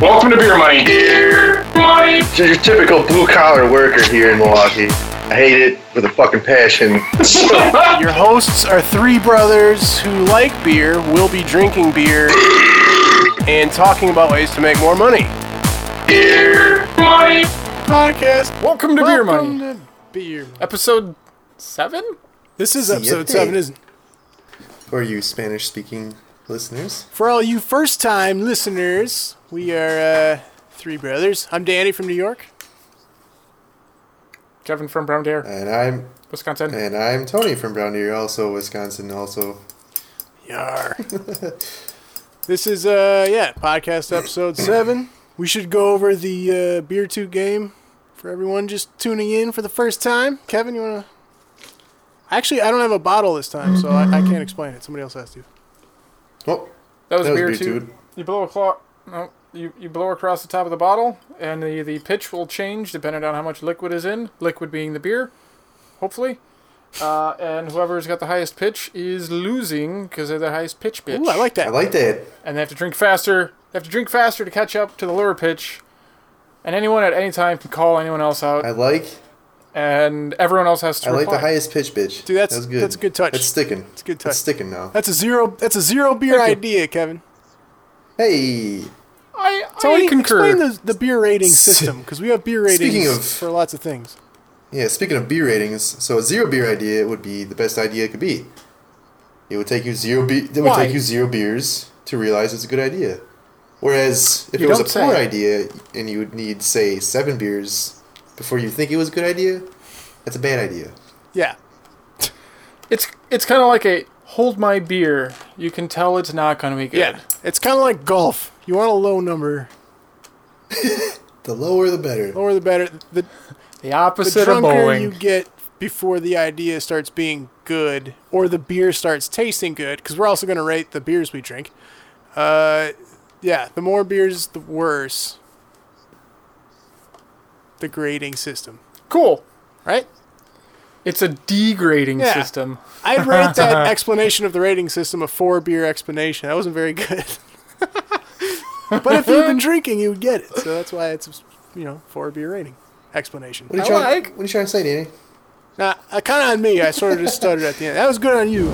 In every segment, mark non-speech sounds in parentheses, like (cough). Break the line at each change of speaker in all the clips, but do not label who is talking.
Welcome to Beer Money. Beer Money.
Just your typical blue collar worker here in Milwaukee. I hate it with a fucking passion.
Your hosts are three brothers who like beer, will be drinking beer, and talking about ways to make more money.
Beer Money.
Podcast.
Welcome to Beer Money,
Welcome to Beer Money.
episode seven.
This is episode
Yippee.
seven, isn't it?
For you Spanish speaking listeners,
For all you first time listeners, we are uh, three brothers. I'm Danny from New York.
Kevin from Brown Deer,
and I'm
Wisconsin.
and I'm Tony from Brown Deer, also Wisconsin, also (laughs)
Yar. this is, uh, yeah, podcast episode seven. We should go over the uh, Beer 2 game for everyone just tuning in for the first time. Kevin, you want to? Actually, I don't have a bottle this time, so I, I can't explain it. Somebody else has to.
oh,
That was
That was
beer
beer,
too.
dude.
You blow a claw. No, you, you blow across the top of the bottle, and the, the pitch will change depending on how much liquid is in. Liquid being the beer, hopefully. Uh, and whoever's got the highest pitch is losing because they're the highest pitch bitch.
Ooh, I like
I
that.
like that.
and they have to drink faster. They have to drink faster to catch up to the lower pitch. And anyone at any time can call anyone else out,
I like
and everyone else has to
I like the
reply.
highest pitch, bitch.
Dude, that's-
that was good.
that's a good touch.
That's sticking. It's
good touch.
That's sticking now.
That's a zero. That's a zero beer
Thank you.
idea, Kevin.
Hey,
I, I
Tony,
concur.
explain the, the beer rating system because we have beer ratings
Speaking of-
for lots of things.
yeah. Speaking of beer ratings, so a zero beer idea would be the best idea it could be. It would take you zero. Be- it would
Why?
take you zero beers to realize it's a good idea. Whereas if
You
it was a
don't say.
poor idea and you would need say seven beers before you think it was a good idea, that's a bad idea.
Yeah,
It's it's kind of like a hold my beer. You can tell it's not gonna be good.
yeah. It's kind of like golf. You want a low number,
The lower, the better.
lower the better. The
The
the
opposite of
drunker
bowling.
you get before the idea starts being good or the beer starts tasting good because we're also going to rate the beers we drink uh, yeah the more beers the worse the grading system
Cool.
right
It's a degrading
Yeah.
system.
i'd rate that explanation of the rating system a four beer explanation that wasn't very good (laughs) but if you've been drinking you would get it so that's why it's you know four beer rating explanation
What are
I
you trying?
like.
What are you trying to say, Danny?
now kind of on me i sort of just stuttered at the end that was good on you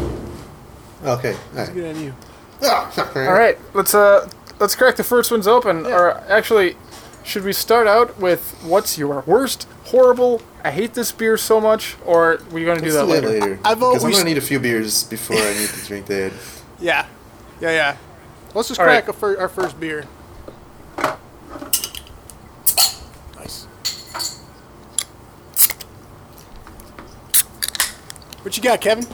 Okay, all right.
good on you
All right, let's uh let's crack the first ones open. Or actually, should we start out with what's your worst, horrible? I hate this beer so much. Or we're you gonna do
Let's
that
do that
later.
later.
I- I've
Because I'm
always-
gonna need a few beers before I need to drink that.
Yeah, yeah, yeah. Let's just
All
crack
right.
a fir- our first beer. Nice. What you got, Kevin?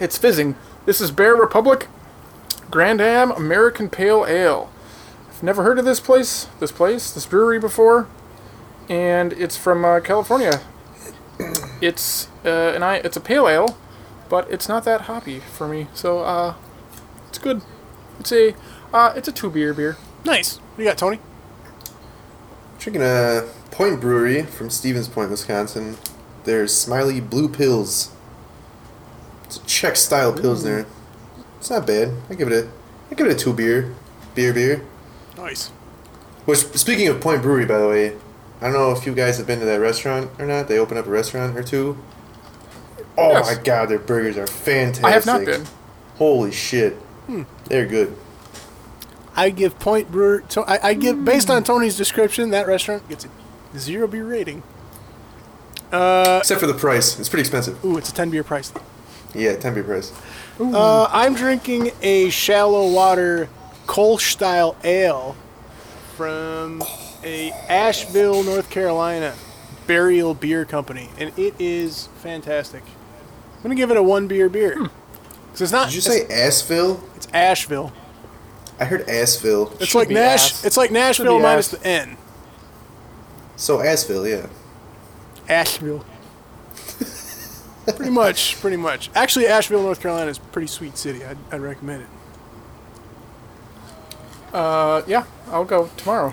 It's fizzing. This is Bear Republic Grand Am American Pale Ale. I've never heard of this place, this place, this brewery before, and it's from uh, California. (clears throat) It's uh, an I, it's a pale ale, but it's not that hoppy for me. So uh, it's good. It's a uh, it's a two beer beer.
Nice. What you got, Tony?
Drinking a Point Brewery from Stevens Point, Wisconsin. There's Smiley Blue Pills. It's a Czech style pilsner. It's not bad. I give it a, I give it a two beer, beer beer.
Nice.
Which speaking of Point Brewery, by the way, I don't know if you guys have been to that restaurant or not. They open up a restaurant or two. Oh
Yes.
my god, their burgers are fantastic.
I have not been. Hmm.
Holy shit, they're good.
I give Point Brewer. To- I, I
Mm.
give based on Tony's description, that restaurant gets a zero beer rating.
Except for the price, it's pretty expensive.
Ooh, it's a ten beer
Mm.
price.
Yeah, ten beer price.
Uh, I'm drinking a shallow water Kolsch style ale from a Asheville, North Carolina burial beer company, and it is fantastic. I'm gonna give it a one beer beer.
Hmm.
'Cause it's not.
Did you
it's-
say Asheville?
it's Asheville?
I heard Asheville.
It's
Should
like
be
Nash.
ass.
It's like Nashville
be
minus
ass.
the N.
So Asheville, yeah.
Asheville. pretty much. Pretty much. Actually, Asheville, North Carolina is a pretty sweet city. I'd, I'd recommend it.
Uh, yeah, I'll go tomorrow.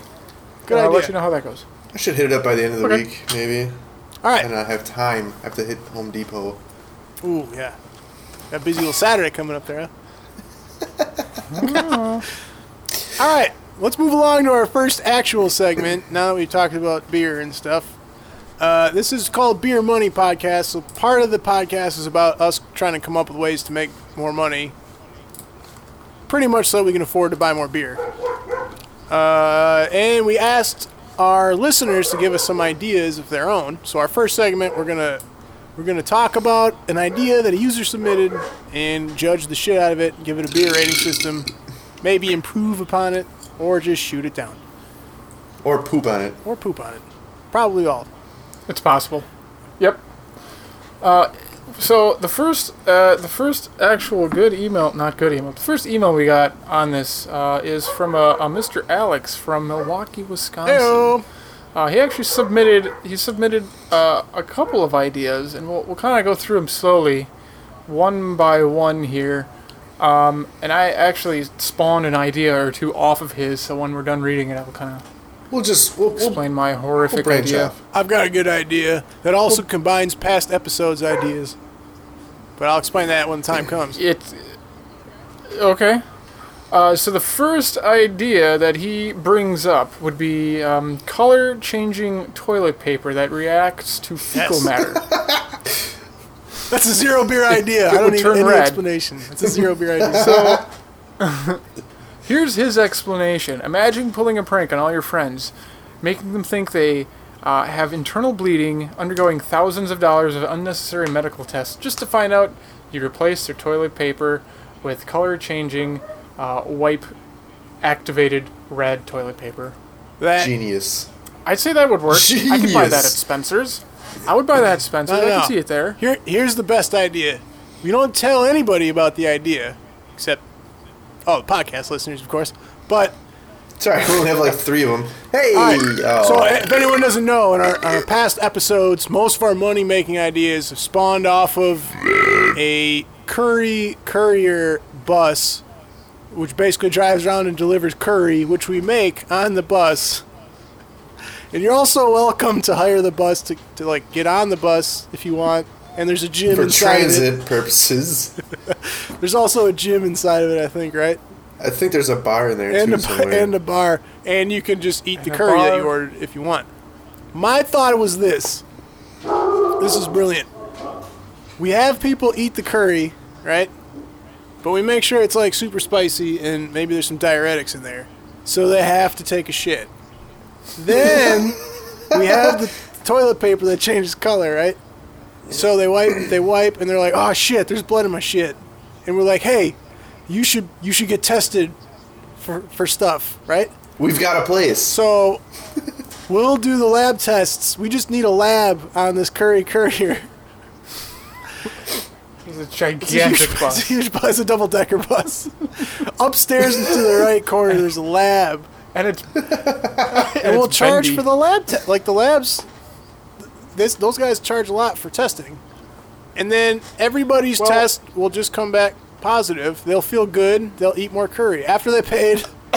Good
I'll
idea.
Uh, let you know how that goes.
I should hit it up by the end of the
Okay.
week, maybe.
All right.
And I have time. I have to hit Home Depot.
Ooh, yeah. That busy little Saturday coming up there, huh? (laughs) All right, let's move along to our first actual segment. Now that we've talked about beer and stuff, uh, this is called Beer Money Podcast. So part of the podcast is about us trying to come up with ways to make more money, pretty much so we can afford to buy more beer. Uh, and we asked our listeners to give us some ideas of their own. So our first segment, we're gonna we're gonna talk about an idea that a user submitted and judge the shit out of it, give it a beer rating system, maybe improve upon it, or just shoot it down,
Or poop on it.
or poop on it. Probably all.
It's possible. Yep. Uh, so the first, uh, the first actual good email, not good email. The first email we got on this uh, is from a, a Mr. Alex from Milwaukee, Wisconsin.
Heyo.
Uh, he actually submitted he submitted uh, a couple of ideas, and we'll, we'll kind of go through them slowly, one by one here. Um, and I actually spawned an idea or two off of his, so when we're done reading it, I'll kind of
We'll just we'll, we'll,
explain my
we'll
horrific
branch
idea.
off.
I've got a good idea that also combines past episodes' ideas, but I'll explain that when the time comes.
It's okay. Uh, so the first idea that he brings up would be um, color changing toilet paper that reacts to fecal
Yes.
matter.
That's a zero beer idea. I don't
would
need
turn
any
red.
explanation. It's a zero beer idea.
(laughs) So, here's his explanation. Imagine pulling a prank on all your friends, making them think they uh, have internal bleeding, undergoing thousands of dollars of unnecessary medical tests, just to find out you replace their toilet paper with color changing, uh, wipe activated red toilet paper.
That
Genius.
I'd say that would work. I could buy that at
Genius.
Spencer's. I would buy that at Spencer's.
No,
I
no.
can see it there.
Here, here's the best idea. We don't tell anybody about the idea, except, oh, the podcast listeners, of course. But
Sorry, we only have like three of them. Hey.
all right,
oh.
so if anyone doesn't know, in our, our past episodes, most of our money-making ideas have spawned off of a curry courier bus, which basically drives around and delivers curry, which we make on the bus. And you're also welcome to hire the bus to, to like get on the bus if you want. And there's a gym
for
(laughs) inside of it.
transit purposes,
There's also a gym inside of it, I think, right?
I think there's a bar in there
And
too
a, bar,
somewhere.
and a bar, and you can just eat the
a
curry that
bar.
you ordered if you want. My thought was this. This is brilliant. We have people eat the curry, right? But we make sure it's like super spicy and maybe there's some diuretics in there. So they have to take a shit. Then we have the toilet paper that changes color, right? So they wipe, they wipe, and they're like, "Oh shit, there's blood in my shit," and we're like, "Hey, you should you should get tested for for stuff, right?"
We've got a place.
So (laughs) we'll do the lab tests. We just need a lab on this curry courier.
(laughs) It's a
It's a
gigantic
huge bus. It's a
bus.
(laughs) huge bus, a double decker bus. (laughs) Upstairs and to the right corner, there's a lab,
And it's
and we'll
it's
charge
bendy.
for the lab te- like the labs. This those guys charge a lot for testing, and then everybody's
Well-
test will just come back positive. They'll feel good. They'll eat more curry after they paid. (laughs)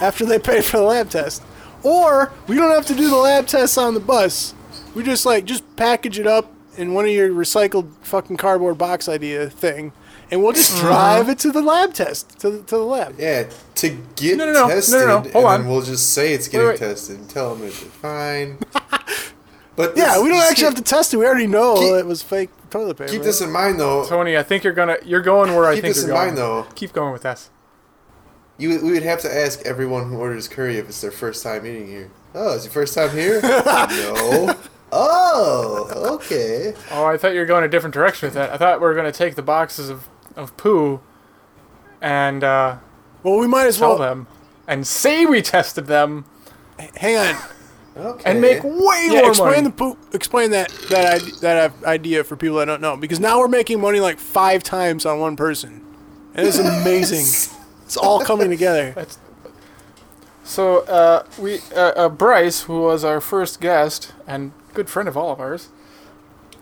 after they paid for the lab test, or we don't have to do the lab tests on the bus. We just like just package it up in one of your recycled fucking cardboard box idea thing, and we'll just drive it to the lab test to the, to the lab.
Uh-huh. yeah, to get
No, no, no, no, no,
tested,
no,
and
hold on.
then we'll just say it's getting
wait.
tested and tell them it's fine. But
Yeah,
this-
we don't
just
actually have
keep-
to test it. We already know
Keep-
it was fake toilet paper.
keep this in mind though.
Tony, I think you're gonna you're going where I
Keep
think
this
you're
in
going.
mind, though.
Keep going with us.
You we would have to ask everyone who orders curry if it's their first time eating here. Oh, it's your first time here? no. Oh, okay.
Oh, I thought you were going a different direction with that. I thought we were gonna take the boxes of, of poo and uh,
well, we might as
tell
well
them and say we tested them
hang on.
Okay.
and make way
Yeah,
more
explain
money.
the poop. Explain that that I, that i- idea for people that don't know because now we're making money like five times on one person, and it's amazing. It's all coming together.
so uh, we uh, uh, Bryce, who was our first guest and good friend of all of ours,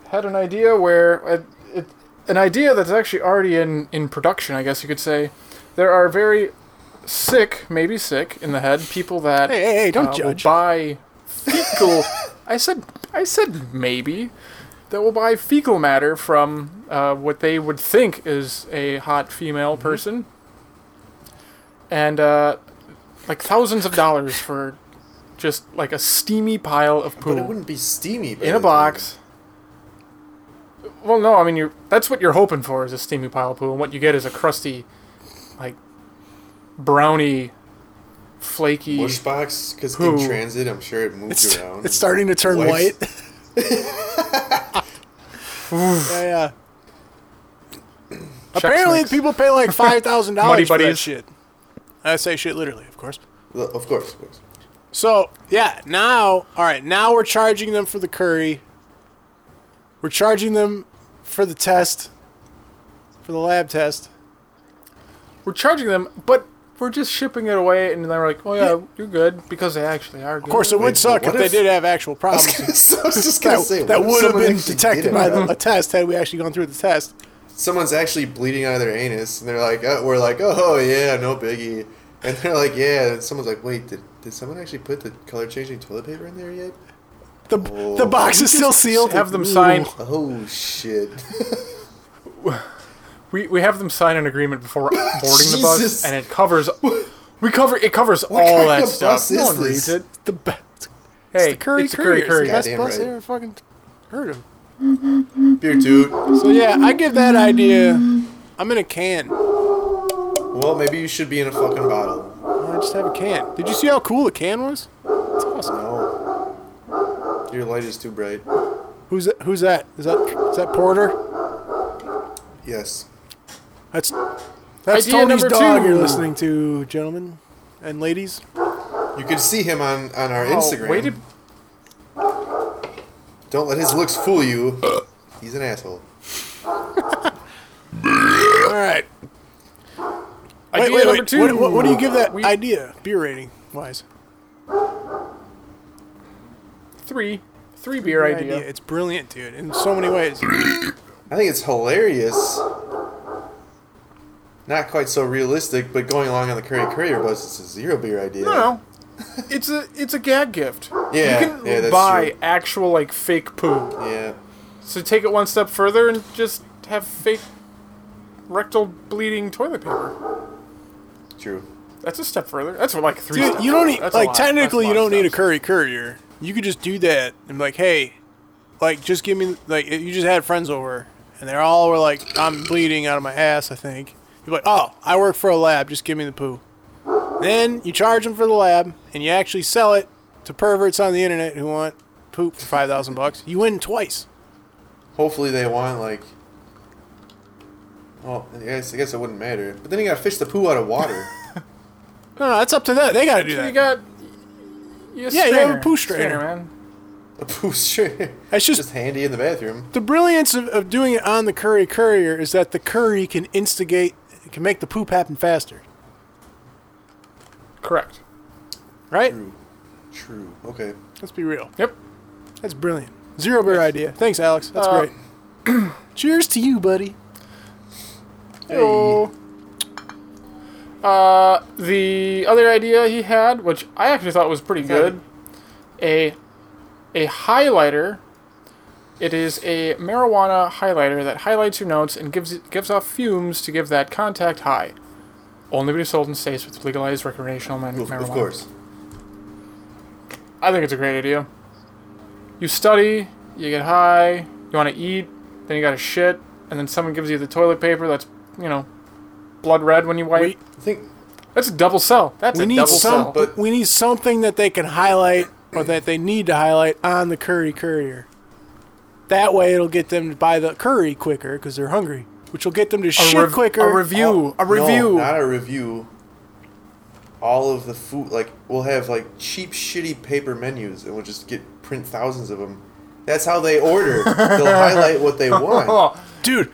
had an idea where uh, it, an idea that's actually already in in production. I guess you could say there are very sick, maybe sick in the head people that
Hey, hey, hey, don't
uh,
judge.
Will buy fecal. I said, I said maybe that will buy fecal matter
Mm-hmm.
from uh, what they would think is a hot female person, and uh, like thousands of dollars for just like a steamy pile of
But it
poo
wouldn't be steamy. by
in
the
a
time.
box. Well, no, I mean you that's what you're hoping for is a steamy pile of poo, and what you get is a crusty, like browny, flaky.
Mush box? Because in
Poo.
transit, I'm sure it moved
(laughs) It's,
around.
it's starting to turn white.
White.
yeah, yeah.
Chex
Apparently,
Mix.
people pay like five thousand
Muddy
dollars for that
buddies.
shit. I say shit literally, of course.
Well, Of course, of
(laughs)
course. (laughs)
So yeah, now all right, now we're charging them for the curry. We're charging them for the test, for the lab test.
we're charging them, but we're just shipping it away, and they're like, "Oh yeah, you're good," because they actually are. Good.
Of course, it would
Wait,
suck if,
what
they
if-
did have actual problems.
so I was just gonna
That,
say what
that
if
would have
someone
been
actually
detected
did
by
it? (laughs)
the, a test had we actually gone through the test.
Someone's actually bleeding out of their anus, and they're like, oh, "We're like, oh yeah, no biggie," and they're like, "Yeah." And someone's like, "Wait, did, did someone actually put the color changing toilet paper in there yet?"
The, the
Oh.
box is
(laughs)
still sealed.
have them
Ooh.
sign.
Oh shit! (laughs)
We, we have them sign an agreement before boarding the bus,
Jesus.
and it covers. We cover it covers all
kind
that
of
stuff.
bus
no
is
one
this?
reads it.
The best,
Hey,
the curry,
it's the curry,
curry,
curry.
It's the best
Goddamn
bus
right.
I ever fucking heard of.
Beer dude.
So yeah, I give that idea. I'm in a can.
Well, maybe you should be in a fucking bottle.
I just have a can. Did you see how cool the can was? It's awesome.
No, your light is too bright.
Who's that? Who's that? Is that is that Porter?
Yes.
That's that's
Idea
Tony's
number
dog.
two.
You're listening to gentlemen and ladies.
You could see him on, on our
Oh,
Instagram.
Way to,
Don't let his looks fool you.
(coughs)
He's an asshole.
All right.
idea
wait, wait,
number
wait.
two.
What, what, what do you give that
We-
idea beer rating wise?
Three, three beer idea.
It's brilliant, dude, in so many ways.
I think it's hilarious. Not quite so realistic, but going along on the Curry Courier bus, it's a zero beer idea.
No, no. It's a it's a gag gift.
Yeah,
you can
yeah, that's
buy
true.
actual like fake poo.
Yeah.
So take it one step further and just have fake rectal bleeding toilet paper.
True.
That's a step further. That's like three.
Dude,
steps
you don't
further.
need
That's a
like
lot. That's a
technically
lot
you
of
don't need a
steps.
curry courier. You could just do that and be like, hey, like just give me like you just had friends over and they're all were like, I'm bleeding out of my ass. I think you're like, oh, I work for a lab. Just give me the poo. Then you charge them for the lab and you actually sell it to perverts on the internet who want poop for five thousand bucks. You win twice.
Hopefully they want, like. Well, I guess, I guess it wouldn't matter. But then you gotta fish the poo out of
(laughs)
water.
No, no, that's up to them. They got to do
You
that.
got. You
Yeah, you have a poo strainer.
man.
the poo's (laughs) sure.
That's just
Just handy in the bathroom.
the brilliance of, of doing it on the curry courier is that the curry can instigate, can make the poop happen faster,
Correct.
right?
True. Okay.
Let's be real.
Yep.
That's brilliant. Zero beer idea. Thanks, Alex. That's
Uh,
great. (clears throat) Cheers to you, buddy.
So, uh, the other idea he had, which I actually thought was pretty good, a a highlighter. It is a marijuana highlighter that highlights your notes and gives gives off fumes to give that contact high. Only be sold in states with legalized recreational man-
Of,
marijuana.
of course.
I think it's a great idea. You study, you get high, you want to eat, then you got to shit, and then someone gives you the toilet paper that's, you know, blood red when you wipe.
We,
I think.
that's a double cell. That's
we
a
need
double
some.
cell.
but-
we need something that they can highlight
(clears throat)
or that they need to highlight on the Curry Courier. That way, it'll get them to buy the curry quicker because they're hungry, which will get them to shit
rev-
quicker. Oh,
a review, a
No,
review.
not a review. All of the food, like we'll have like cheap, shitty paper menus, and we'll just get print thousands of them. That's how they order.
(laughs)
They'll highlight what they want.
oh,
dude.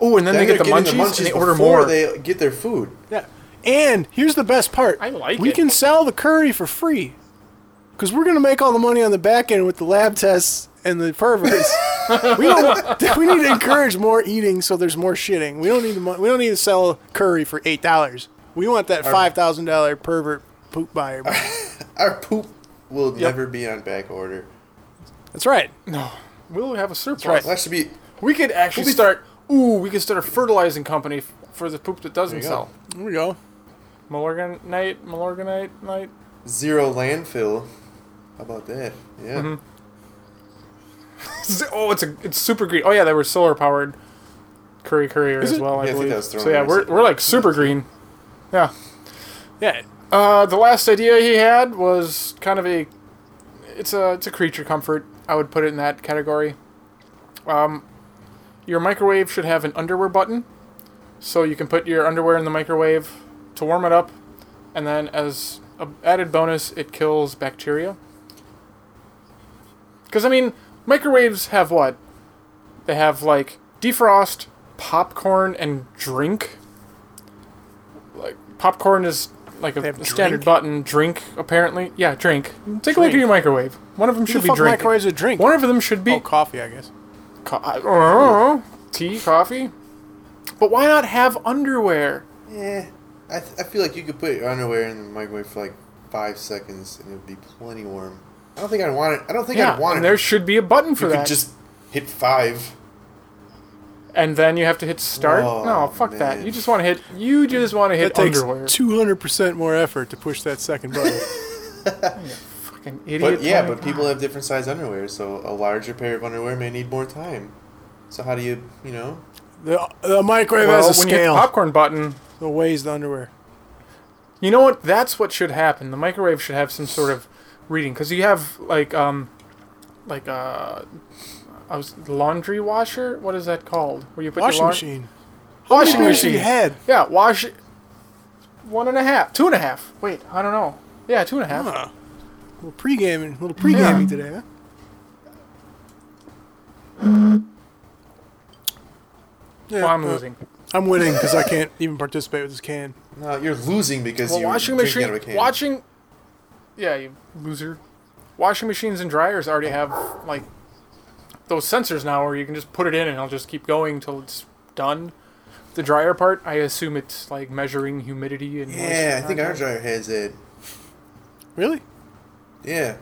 oh, and then, they
Then
get the
they're
munchies,
getting
and they
before
order more.
They get their food.
Yeah. And here's the best part.
I like
We
it.
can sell the curry for free. Because we're going to make all the money on the back end with the lab tests and the perverts. we, don't, (laughs) we need to encourage more eating so there's more shitting. We don't need to, mo- we don't need to sell curry for $8. We want that $5,000 pervert poop
(laughs)
buyer.
Our poop will never be on back order.
That's right.
we'll have a surplus.
right.
Well, that should be.
We could actually start. Ooh, we could start a fertilizing company f- for the poop that doesn't
There you
sell.
go.
There we go.
Malorganite, Malorganite, night.
Zero landfill. How about that? Yeah.
Mm-hmm. Oh, it's a it's super green. Oh yeah, they were solar powered. Curry Courier as well, I
Yeah, I think
believe.
that was thrown
so yeah,
in.
we're, we're like super green. Yeah.
Yeah.
Uh, the last idea he had was kind of a, it's a it's a creature comfort. I would put it in that category. Um, your microwave should have an underwear button, so you can put your underwear in the microwave to warm it up, and then as a added bonus, it kills bacteria. Because I mean, microwaves have what? They have like defrost, popcorn, and drink. Like popcorn is like a,
have
a standard
drink?
button. Drink apparently, yeah, drink. Take a look at
Drink.
your microwave. One of them
Who
should
the
be
fuck
drinking.
microwaves a drink?
One of them should be
oh, coffee, I guess.
Co- I don't know. Tea, coffee. But why not have underwear?
Yeah. Eh, I, th- I feel like you could put your underwear in the microwave for like five seconds and it would be plenty warm. I don't think I'd want it. I don't think
Yeah,
I'd want
and
it.
there should be a button for
you
that.
could just hit five.
and then you have to hit start.
Oh,
no, fuck that.
man.
You just want to hit. You just want to hit
It takes
underwear.
two hundred percent more effort to push that second
(laughs)
button.
Fucking idiot.
But yeah,
Tony.
but people have different size underwear, so a larger pair of underwear may need more time. So how do you, you know?
the, the microwave
well,
has a
when you hit the
scale.
popcorn button,
the weighs the underwear.
you know what? That's what should happen. The microwave should have some sort of reading because you have like um, like uh, I was laundry washer. What is that called? Where you put
Washing
your laun-
machine.
Washing
Washing
machine.
machine head.
Yeah, wash. One and a half, two and a half. Wait, I don't know. Yeah, two and a half.
Huh. A little pre-gaming, a little pre-gaming
Yeah.
today. Huh? Yeah,
Well, I'm
uh,
losing.
I'm winning because I can't even participate with this can.
No, you're losing because
Well,
you're
washing
drinking
machine,
out of a can.
washing. Yeah, you loser. Washing machines and dryers already have like those sensors now, where you can just put it in and it'll just keep going till it's done. The dryer part, I assume it's like measuring humidity and.
yeah,
moisture
I think
content.
our dryer has it.
Really?
Yeah.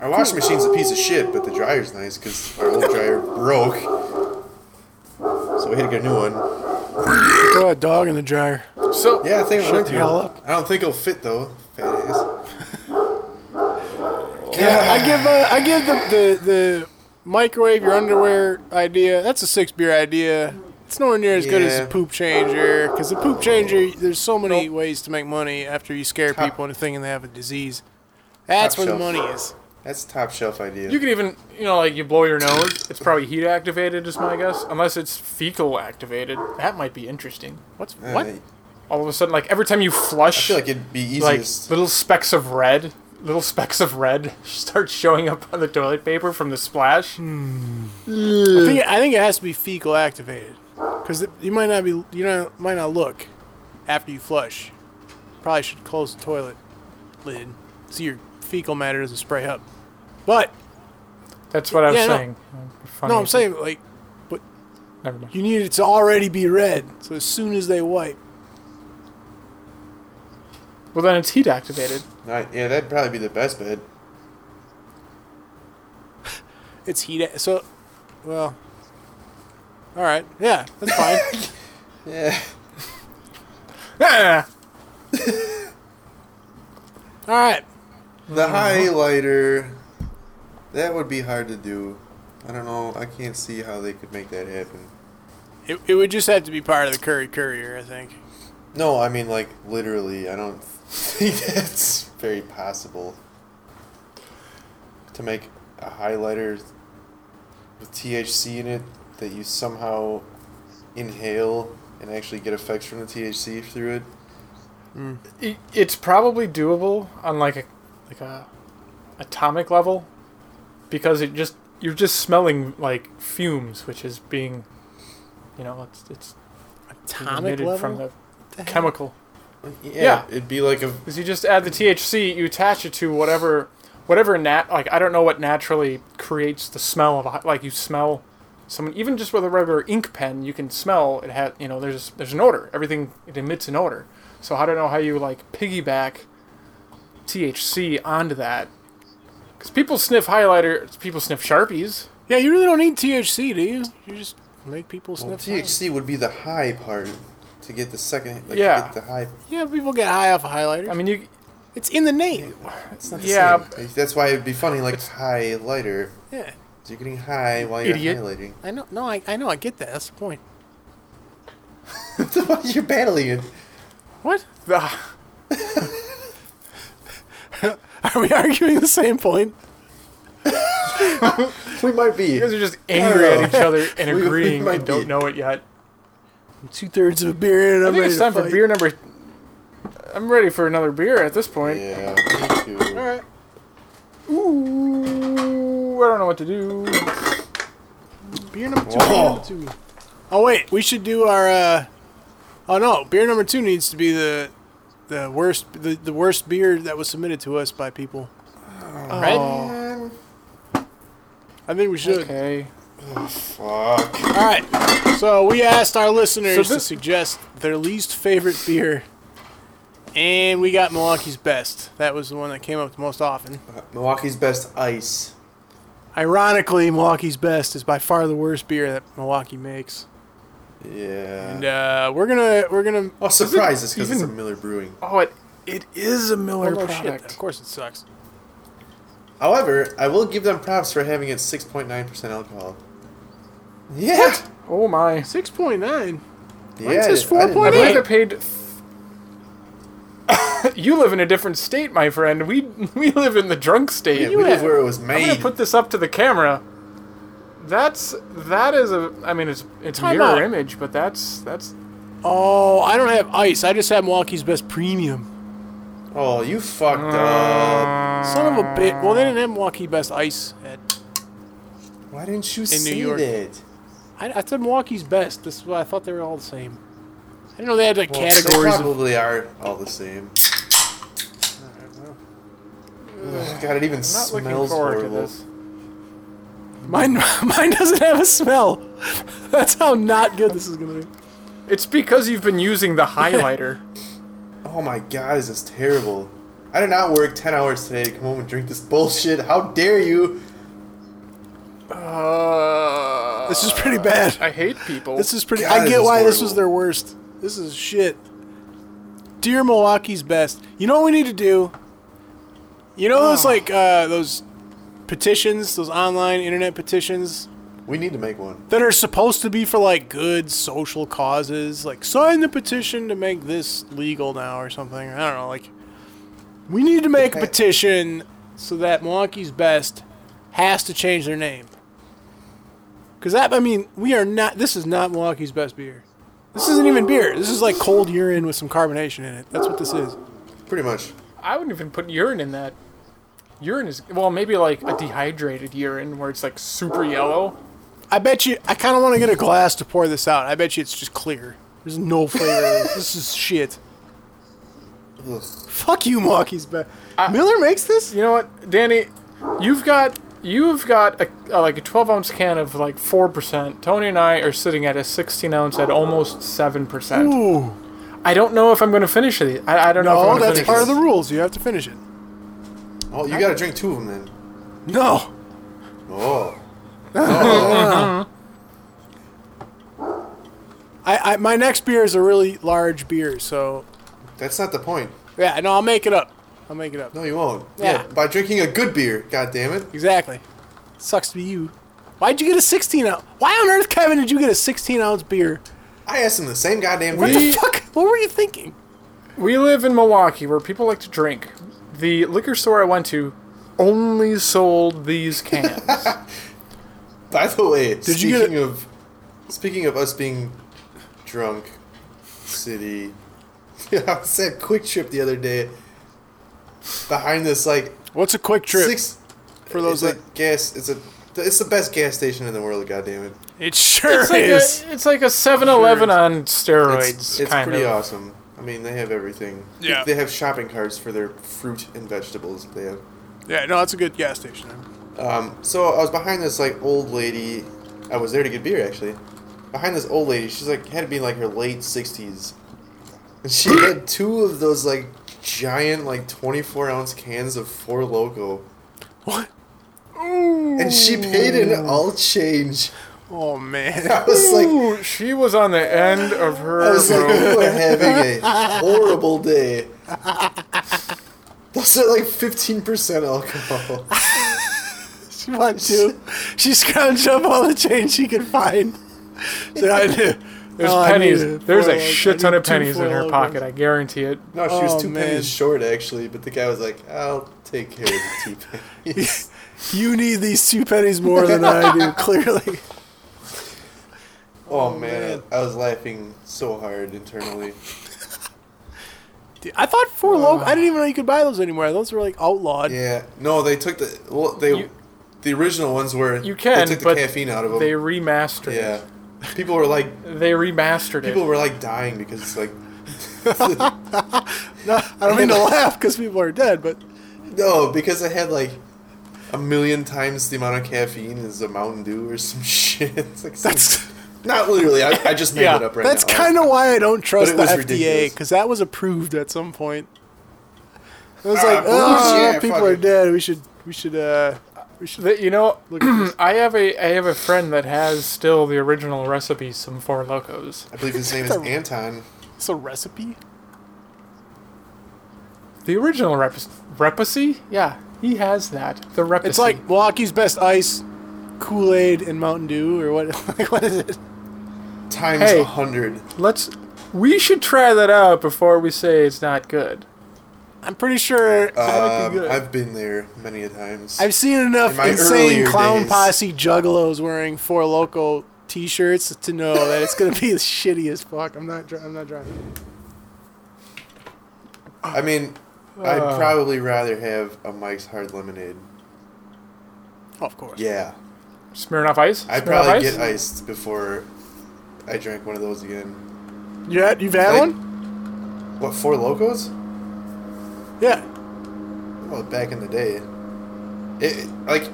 Our washing machine's a piece of shit, but the dryer's nice because our old dryer broke. So we had to get a new one.
Throw a dog in the dryer.
So
Yeah, I think
Shut
it worked.
the hell up.
I don't think it'll fit though. Fat ass.
I give uh, I give the, the the microwave your underwear idea. That's a six beer idea. It's nowhere near as good as the
Yeah.
poop changer because the poop changer. There's so many ways to make money after you scare
Top-
people into thinking they have a disease. That's
Top
where the
shelf.
money is.
That's top shelf idea.
You could even, you know, like you blow your nose. It's probably heat activated, is my guess. Unless it's fecal activated. That might be interesting. What's
Uh,
what?
I
All of a sudden, like every time you flush,
feel like it'd be
like
easiest.
little specks of red, little specks of red (laughs) start showing up on the toilet paper from the splash.
Hmm. I think, I think it has to be fecal activated because you might not be you know might not look after you flush. Probably should close the toilet lid so your fecal matter doesn't spray up. But
That's what I was
Yeah, no.
saying. Funny.
no, I'm saying like
Never mind.
You need it to already be red, so as soon as they wipe.
Well, then it's heat
(laughs)
activated.
Not- yeah, that'd probably be the best bed.
It's heat. a- So, well. All right. Yeah, that's (laughs) fine.
Yeah.
Ah!
all right.
The
Uh-huh.
highlighter. That would be hard to do. I don't know. I can't see how they could make that happen.
It, it would just have to be part of the Curry Courier, I think.
No, I mean like literally. I don't (laughs) think that's very possible to make a highlighter with THC in it that you somehow inhale and actually get effects from the THC through it.
I- It's probably doable on like a like a atomic level because it just you're just smelling like fumes, which is being, you know, it's it's
Atomic
emitted
level?
from the,
the heck?
chemical.
Yeah,
Yeah.
it'd be like a
Because you just add the THC, you attach it to whatever, whatever nat. Like I don't know what naturally creates the smell of a, hi- like you smell someone even just with a regular ink pen, you can smell it. Has you know there's there's an odor. Everything it emits an odor. So I don't know how you like piggyback THC onto that. Because people sniff highlighter, people sniff sharpies.
Yeah, you really don't need THC, do you? You just make people sniff.
THC would be the high part. to get the second, like,
Yeah.
to get the high.
Yeah, people get high off of highlighters.
I mean, you (laughs)
it's in the name.
It's not the
Yeah.
same. Like, That's why it'd be funny, like high lighter.
Yeah,
So you're getting high while you're
Idiot.
highlighting. (laughs)
I know. No, I, I know. I get that. That's the point.
you're battling it.
What? (laughs)
the
Are we arguing the same point?
We might be.
You guys are just angry at each other and
(laughs) We- we
agreeing
might
and don't
be.
know it yet.
Two thirds of a beer and
I
I'm
think
ready
it's time for
to
beer number. I'm ready for another beer at this point.
Yeah. me too.
All right. Ooh, I don't know what to do.
fight. Beer number two. Beer number two. Oh wait, we should do our. uh Oh no, beer number two needs to be the the worst the, the worst beer that was submitted to us by people. Right?
Um,
I think we should.
Okay.
Fuck.
All right. So we asked our listeners
So
to
this-
suggest their least favorite beer, and we got Milwaukee's best. That was the one that came up the most often.
Milwaukee's best ice.
Ironically, Milwaukee's best is by far the worst beer that Milwaukee makes.
Yeah.
And uh, we're gonna we're gonna
Oh, surprises because it's a
even-
Miller Brewing.
Oh, it it is a Miller
oh, shit,
product.
Of course, it sucks.
However, I will give them props for having it 6.9% alcohol. Yeah.
oh my.
Six point nine.
Yeah.
says
I didn't-
I
4.8.
believe I paid. (laughs) th- you live in a different state, my friend. We we live in the drunk state.
Yeah, we
have-
live where it was
I'm gonna
made.
put this up to the camera. That's that is a. I mean, it's it's
Time
mirror
out.
image, but that's that's
Oh, I don't have ice. I just have Milwaukee's best premium.
Oh, you fucked
Uh,
up.
Son of a bit. Well, they didn't have Milwaukee best ice. At,
Why didn't you
New
say
York.
that?
I, I said Milwaukee's best. This is why I thought they were all the same. I didn't know they had like
Well,
categories
They
of
probably are all the same. Ugh, God, it even
I'm not looking
smells
forward
horrible.
to this.
Mine, (laughs) mine doesn't have a smell. (laughs) That's how not good this is gonna be.
It's because you've been using the highlighter.
Oh my god, this is terrible. I did not work 10 hours today to come home and drink this bullshit. How dare you?
uh,
This is pretty bad.
I hate people.
This is pretty.
God,
I
this
get
is
why this was
horrible.
their worst. This is shit. Dear Milwaukee's best. You know what we need to do? You know
Ah.
those like uh, those petitions, those online internet petitions
We need to make one.
that are supposed to be for like good social causes, like sign the petition to make this legal now or something. I don't know. Like, we need to make a
Okay.
petition so that Milwaukee's Best has to change their name. Cause that, I mean, we are not. This is not Milwaukee's Best beer. This isn't even beer. This is like cold urine with some carbonation in it. That's what this is.
Pretty much.
I wouldn't even put urine in that. Urine is well, maybe like a dehydrated urine where it's like super yellow.
I bet you. I kind of want to get a glass to pour this out. I bet you it's just clear. There's no flavor. in it. this is shit.
Ugh.
Fuck you, Milwaukee's Best. Miller makes this?
You know what, Danny? You've got you've got a, a like a 12 ounce can of like four percent. Tony and I are sitting at a 16 ounce at almost seven percent.
Ooh.
I don't know if I'm going to finish these. I, I don't know. If I'm gonna
No, Oh, that's
finish
part of
these.
the rules. You have to finish it.
Oh, you gotta drink two of them then.
No.
Oh.
I, I my next beer is a really large beer, so
That's not the point.
yeah, no, I'll make it up. I'll make it up.
No, you won't.
Yeah.
by drinking a good beer, god damn it.
Exactly. Sucks to be you. Why'd you get a 16 ounce? Why on earth, Kevin, did you get a 16 ounce beer?
I asked him the same goddamn
What
thing.
the fuck? What were you thinking?
We live in Milwaukee where people like to drink. The liquor store I went to only sold
(laughs)
these cans.
By the way,
you get
speaking of speaking of us being drunk, city. (laughs) I was at Quick Trip the other day. Behind this like
What's a quick trip?
six
for those
it's
that
a gas. It's a it's the best gas station in the world. God damn it!
it sure
it's, like a,
is.
it's like a 7 Eleven on steroids,
It's, it's
kind
pretty
of.
awesome. I mean, they have everything.
Yeah.
They have shopping carts for their fruit and vegetables. They have
yeah, no, it's a good gas station.
Um, so I was behind this like old lady. I was there to get beer actually. Behind this old lady, she's like had to be in, like her late sixties. And she
(laughs)
had two of those like giant like twenty four ounce cans of Four Loco,
What?
and she paid an all change.
Oh man.
(laughs) I was like,
Ooh, she was on the end of her
I was like,
rope.
you are having
(laughs)
a horrible day. Those are like 15% alcohol.
She (laughs) wanted to. She scrounged up all the change she could find. So I knew.
There's
Oh, I
pennies.
need it.
There's
Foil.
a
I
shit ton
need
of
two
pennies in
foil
her
ones.
pocket. I guarantee it.
No, she was
Oh,
two
man.
pennies short, actually, but the guy was like, I'll take care of the two pennies.
You need these two pennies more than I (laughs) do, clearly.
oh, man. I was laughing so hard internally.
Dude, I thought Four Loko. I didn't even know you could buy those anymore. Those were like outlawed.
Yeah. No, they took the. Well, they.
You-
the original ones were.
You can,
They took the
but
caffeine out of them.
They remastered
yeah.
it.
People were
(laughs)
like.
They remastered
People
it.
were like dying because it's like.
No, I don't mean to laugh because people are dead, but
No, because I had like a million times the amount of caffeine as a Mountain Dew or some (laughs) shit. It's like some-
(laughs) that's
(laughs) not literally. I, I just made it up right
that's
now.
kind of why I don't trust
it
the
was
FDA
ridiculous.
because that was approved at some point. It was
Ah, bullshit,
like, oh, people
fuck
are
it."
dead. We should, we should, uh, we should.
That- you know,
Look at this.
(clears throat) I have a I have a friend that has still the original recipes some Four Locos.
I believe
(laughs)
his name is Anton.
It's a recipe.
The original rep- repacy? Yeah, he has that. The repacy.
It's like Milwaukee's best ice, Kool Aid, and Mountain Dew, or what? (laughs) Like, what is it?
Times
Hey.
a hundred.
let's we should try that out before we say it's not good.
I'm pretty sure
Um,
good.
I've been there many a times.
I've seen
In
enough
my
insane
earlier
clown
days.
posse juggalos wearing four loco t-shirts to know that it's gonna be (laughs) the shittiest fuck. I'm not. Dry, I'm not driving.
I mean, I'd probably rather have a Mike's Hard Lemonade.
Of course.
Yeah,
Smirnoff Ice?
I'd
Smirnoff
probably
Ice?
get iced before I drank one of those again.
You had, you've had
Like-
one?
What four locos?
Yeah.
Well, back in the day, it like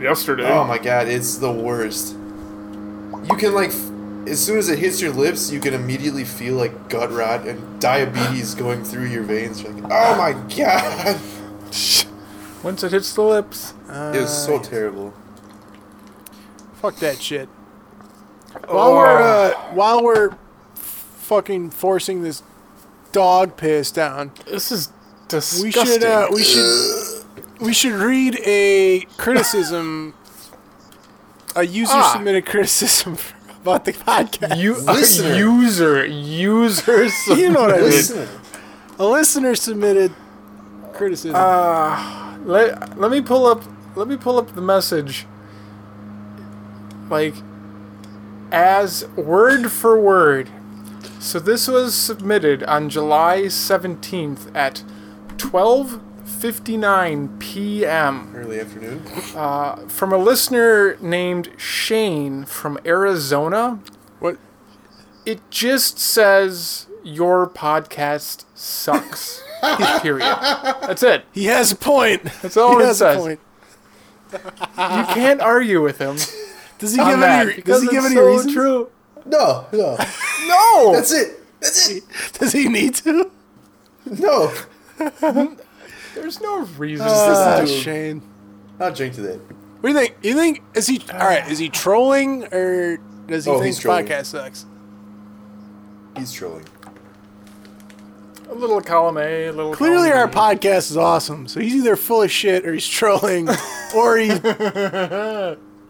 yesterday.
Oh my god, it's the worst. You can like, f- as soon as it hits your lips, you can immediately feel like gut rot and diabetes going through your veins. You're like, oh my god,
Once it hits the lips.
it was so terrible.
Fuck that shit. While we're uh, while we're fucking forcing this dog piss down,
This is
we
disgusting.
should uh, we should we should read a criticism. A user
Ah.
submitted criticism (laughs) about the podcast.
you
Listener.
a user users.
(laughs) You know what I mean.
Listen,
A listener submitted criticism.
Uh, let, let me pull up let me pull up the message like as word for word so this was submitted on july 17th at 12:59 p.m.
early afternoon.
from a listener named Shane from Arizona
what?
it just says your podcast sucks (laughs) period that's it
He has a point.
that's all
he
it
has
says
a point.
you can't argue with him
Does he
on
give
that,
any?
because
Does he give
it's
any
so
reasons? (laughs)
True.
No, no,
No.
that's it. That's it.
Does he need to?
No,
There's no reason.
Ah,
Uh,
dude.
Shane.
I'll drink to that.
What do you think? You think is he all right? Is he trolling or does he
Oh,
think
he's
the
trolling.
podcast sucks?
He's trolling.
a little column A, a little.
Clearly, our
column B.
podcast is awesome. So he's either full of shit or he's trolling, or he,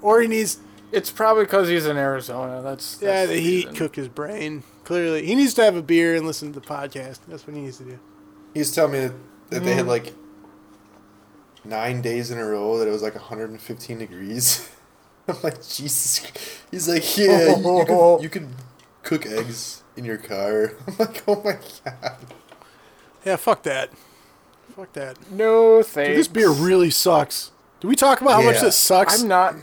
or he needs
It's probably because he's in Arizona. That's, that's
yeah the heat
reason.
cook his brain. Clearly, he needs to have a beer and listen to the podcast. That's what he needs to do.
He was telling me that, that they had
Mm-hmm.
like nine days in a row that it was like 115 degrees. (laughs) I'm like, Jesus. Christ." He's like, yeah, you, you, could, you could cook eggs in your car. (laughs) I'm like, oh my god.
Yeah, fuck that. Fuck that.
No thanks.
This beer really sucks. Do we talk about how much
Yeah.
this sucks?
I'm not.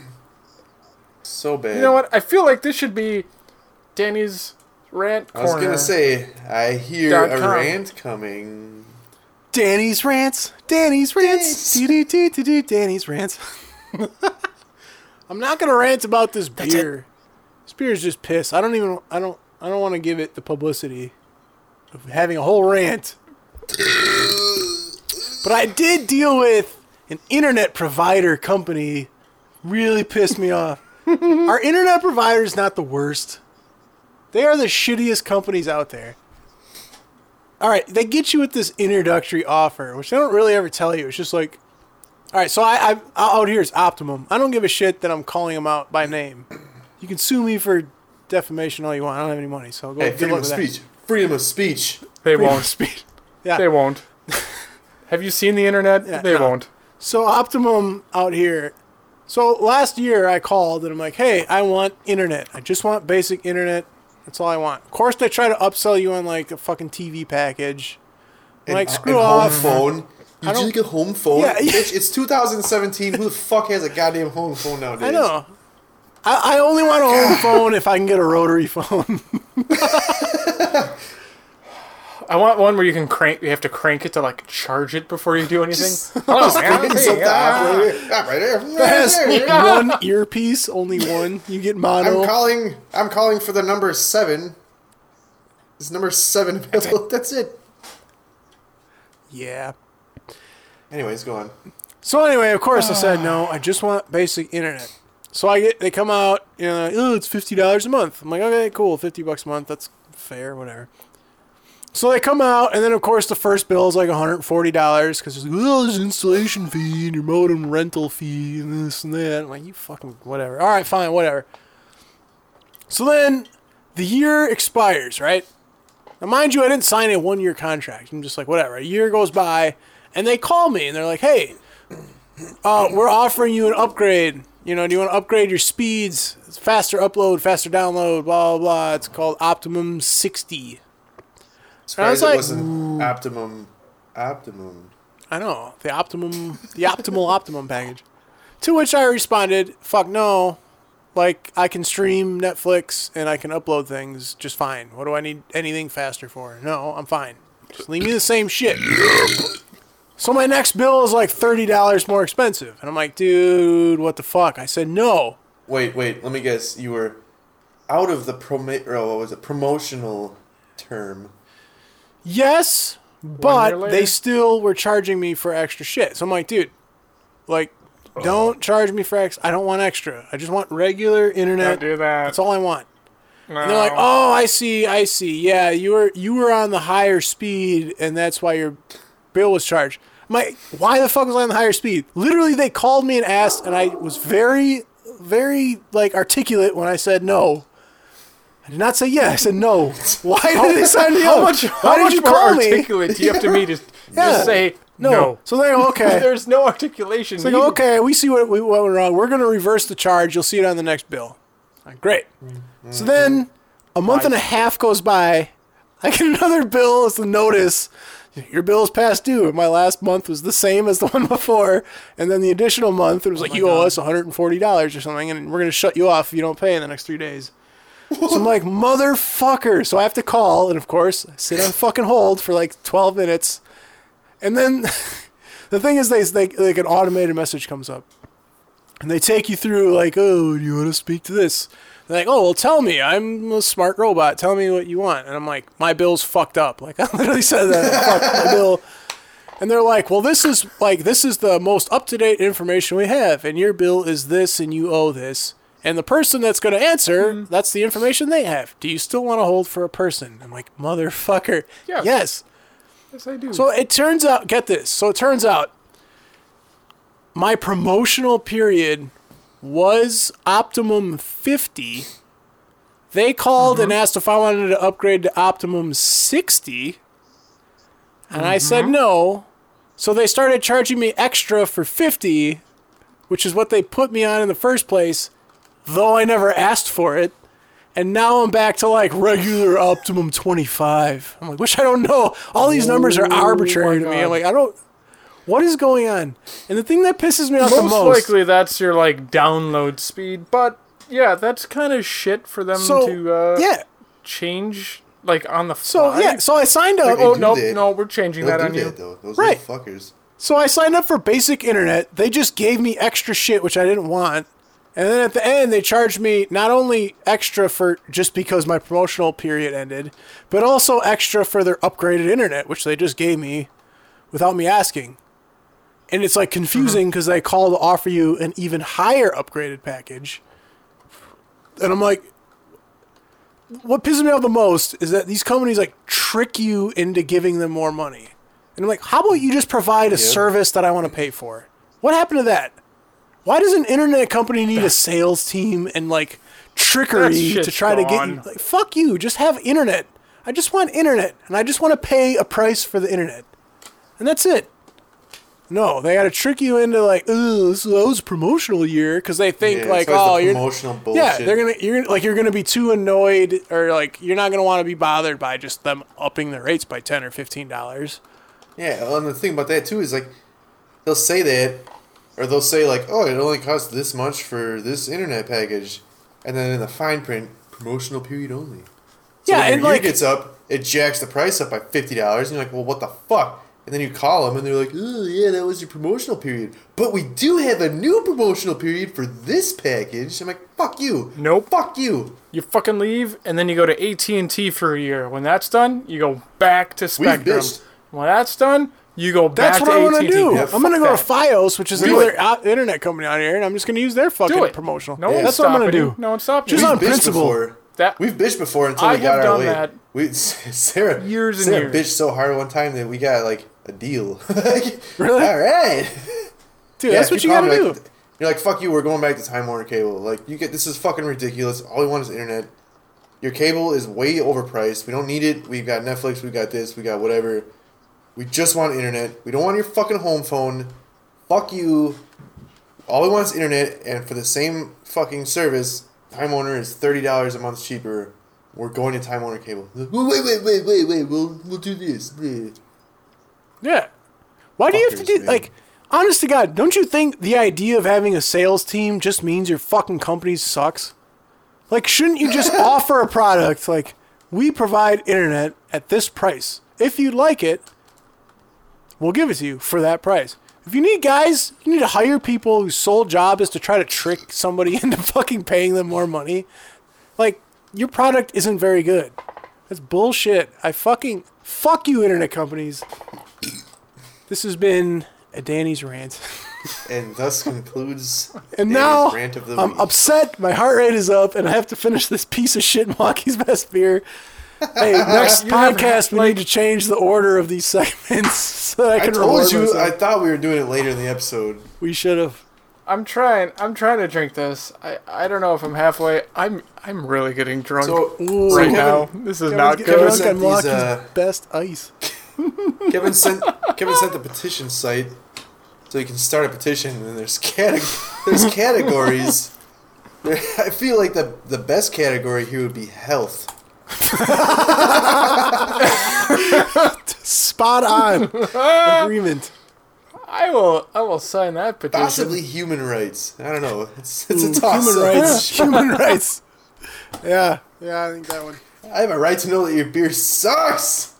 So bad.
You know what? I feel like this should be Danny's rant
I
corner.
was gonna say, I hear
Dot
a
com.
rant coming.
Danny's rants. Danny's rants. Do do do do do. Danny's rants. (laughs) I'm not gonna rant about this beer. This beer is just piss. I don't even. I don't. I don't want to give it the publicity of having a whole rant. but I did deal with an internet provider company. Really pissed me off. (laughs) Our internet provider is not the worst. They are the shittiest companies out there. All right, they get you with this introductory offer, which they don't really ever tell you. It's just like, all right, so I, I out here is Optimum. I don't give a shit that I'm calling them out by name. You can sue me for defamation all you want. I don't have any money, so go
Hey,
good
freedom
luck
of
with that.
speech. Freedom of speech.
They
Freedom of (laughs)
won't.
speech. Yeah.
They
(laughs)
won't. Have you seen the internet?
Yeah,
they
no.
won't.
So Optimum out here. So last year I called and I'm like, hey, I want internet. I just want basic internet. That's all I want. Of course, they try to upsell you on like a fucking TV package. I'm like, screw
and
off.
Home phone. You
don't-
just get a home phone.
Yeah, yeah.
Bitch, it's 2017. Who the fuck has a goddamn home phone nowadays?
(laughs)
I know. I, I only want a
(laughs)
home phone if I can get a rotary phone.
I want one where you can crank. You have to crank it to like charge it before you do anything. oh, yeah,
It's
hey,
up the operator.
yeah.
Ah, right there.
(laughs) Yes,
Right there.
one earpiece, only one. You get mono.
I'm calling. I'm calling for the number seven. Is number seven available?
(laughs)
That's it.
yeah.
Anyways, go on.
So anyway, of course I said no. I just want basic internet. So I get they come out, you know, oh, it's fifty dollars a month. I'm like, okay, cool, fifty bucks a month. That's fair, whatever. So they come out, and then of course the first bill is like one hundred forty dollars because there's oh, there's installation fee and your modem rental fee and this and that. I'm like, you fucking whatever. All right, fine, whatever. So then the year expires, right? Now, mind you, I didn't sign a one year contract. I'm just like, whatever. A year goes by, and they call me and they're like, hey, uh, we're offering you an upgrade. You know, do you want to upgrade your speeds? It's faster upload, faster download, blah, blah, blah. It's called Optimum 60.
Surprised
like,
it wasn't optimum. Optimum.
I know the optimum, the optimal optimum package. To which I responded, "Fuck no! Like I can stream Netflix and I can upload things just fine. What do I need anything faster for? No, I'm fine. Just leave me the same shit." So my next bill is like thirty dollars more expensive, and I'm like, "Dude, what the fuck?" I said, "No."
Wait, wait. Let me guess. You were out of the promo. Oh, what was it promotional term?
Yes,
year
but
later?
they still were charging me for extra shit. So I'm like, dude, like,
Oh.
don't charge me for ex. I don't want extra. I just want regular internet.
Don't do that.
(laughs) That's all I want.
No.
And they're like, oh, I see, I see. Yeah, you were you were on the higher speed, and that's why your bill was charged. I'm like, why the fuck was I on the higher speed? Literally, they called me and asked, and I was very, very like articulate when I said no. I did not say yeah. I said no. Why did they sign me
How
up?
much?
why
How
did
much
you
more
call me?
articulate do you have to
(laughs)
be to
Yeah.
just say
No.
no?
(laughs) So they're
(laughs)
okay.
There's no articulation.
It's like,
needed.
okay, we see what, we, what went wrong. We're going to reverse the charge. You'll see it on the next bill. Like, Great. So then a month and a half goes by. I get another bill as the notice. Your bill is past due. My last month was the same as the one before. And then the additional month, it was like, you owe us $140 or something, and we're going to shut you off if you don't pay in the next three days. So I'm like, motherfucker. So I have to call, and of course, I sit on fucking hold for like 12 minutes. And then the thing is, they, they like an automated message comes up, and they take you through like, oh, do you want to speak to this? They're like, oh, well, tell me. I'm a smart robot. Tell me what you want. And I'm like, my bill's fucked up. (laughs) Like I literally said that. Fuck my bill. And they're like, well, this is like this is the most up to date information we have, and your bill is this, and you owe this. And the person that's going to answer, that's the information they have. Do you still want to hold for a person? I'm like, motherfucker.
Yes.
yes.
Yes, I do.
So it turns out, get this. So it turns out my promotional period was Optimum 50. They called and
Mm-hmm.
asked if I wanted to upgrade to Optimum 60. And I said
Mm-hmm.
no. So they started charging me extra for 50, which is what they put me on in the first place, though I never asked for it. And now I'm back to like regular optimum 25. I'm like, which I don't know. All these numbers are arbitrary
Oh my
to me. I'm
God.
like, I don't. What is going on? And the thing that pisses me off the
most
most.
likely that's your like download speed, but yeah, that's kind of shit for them
so
to uh,
yeah.
change like on the
So
fly.
yeah. So I signed up.
oh
do
no,
that.
no, we're changing
They'll
that
do
on
that
you.
though. Those
Right.
little fuckers.
So I signed up for basic internet. They just gave me extra shit which I didn't want. And then at the end they charged me not only extra for just because my promotional period ended, but also extra for their upgraded internet which they just gave me without me asking. And it's like confusing because they call to offer you an even higher upgraded package. and I'm like, what pisses me off the most is that these companies like trick you into giving them more money. And I'm like, how about you just provide a service that I want to pay for? What happened to that? Why does an internet company need a sales team and like
That
trickery
shit's
to try to get you?
gone.
Like, fuck you. Just have internet. I just want internet, and I just want to pay a price for the internet, and that's it. No, they got to trick you into like, oh, this was a promotional year because they think
Yeah,
like,
it's always
oh,
the
you're
promotional
yeah,
bullshit.
they're gonna you're gonna- like you're gonna be too annoyed or like you're not gonna want to be bothered by just them upping the rates by ten or fifteen dollars.
Yeah, well, and the thing about that too is like they'll say that, or they'll say like, "Oh, it only costs this much for this internet package," and then in the fine print, promotional period only. So
Yeah,
when
and
your year
like
gets up, it jacks the price up by fifty dollars, and you're like, "Well, what the fuck?" And then you call them, and they're like, "Oh, yeah, that was your promotional period, but we do have a new promotional period for this package." I'm like, "Fuck you,
Nope.
fuck you."
You fucking leave, and then you go to AT and T for a year. When that's done, you go back to Spectrum.
bitched.
When that's done, you go back
that's
to
what I want
AT&T.
to do.
Yeah,
I'm gonna
fuck
go
that.
to FiOS, which is the
Do
other
it.
out- internet company on here, and I'm just gonna use their fucking
do it
promotional.
No, one's
that's what I'm gonna
stopping
do.
you. No one's stopping
Just
you.
on
We've bitched
principle.
before.
That-
we've bitched before until
I
we got
have
our
done
way.
that.
We (laughs) Sarah
Years and
Sarah
years.
bitched so hard one time that we got like a deal. (laughs) really?
Really?
All right.
Dude, that's what you gotta do.
You're like fuck you. We're going back to Time Warner Cable. Like you get this is fucking ridiculous. All we want is internet. Your cable is way overpriced. We don't need it. We've got Netflix. We got this. We got whatever. We just want internet. We don't want your fucking home phone. Fuck you. All we want is internet, and for the same fucking service, Time Warner is thirty dollars a month cheaper. We're going to Time Warner Cable. Wait, wait, wait, wait, wait. We'll we'll do this. Bleh.
Yeah. Why do you have to
Fuckers,
do
man.
like? Honest to God, don't you think the idea of having a sales team just means your fucking company sucks? Like, shouldn't you
(laughs)
just offer a product like we provide internet at this price? If you like it, we'll give it to you for that price. If you need guys, you need to hire people whose sole job is to try to trick somebody (laughs) into fucking paying them more money. Like, your product isn't very good. That's bullshit. I fucking fuck you, internet companies. This has been a Danny's rant.
And thus concludes.
(laughs) And
Danny's
now
rant of the
I'm
week.
upset. My heart rate is up, and I have to finish this piece of shit Milwaukee's best beer.
(laughs)
Hey, next podcast we need to change the order of these segments (laughs) so that I
I
can
told
reward
you.
myself.
I thought we were doing it later in the episode.
we should have.
I'm trying. I'm trying to drink this. I, I don't know if I'm halfway. I'm I'm really getting drunk
So
right
Kevin-
now. This is
Kevin's
not
getting
good.
drunk on
Sent these,
Milwaukee's
uh,
best ice.
Kevin
(laughs)
sent Kevin sent the petition site so you can start a petition and there's cate- there's categories. (laughs) There, I feel like the the best category here would be health. (laughs)
Spot on agreement.
I will I will sign that petition.
Possibly human rights. I don't know. It's, (laughs) it's a
Ooh,
toss.
human rights. (laughs) human rights. Yeah, yeah, I think that one.
I have a right to know that your beer sucks.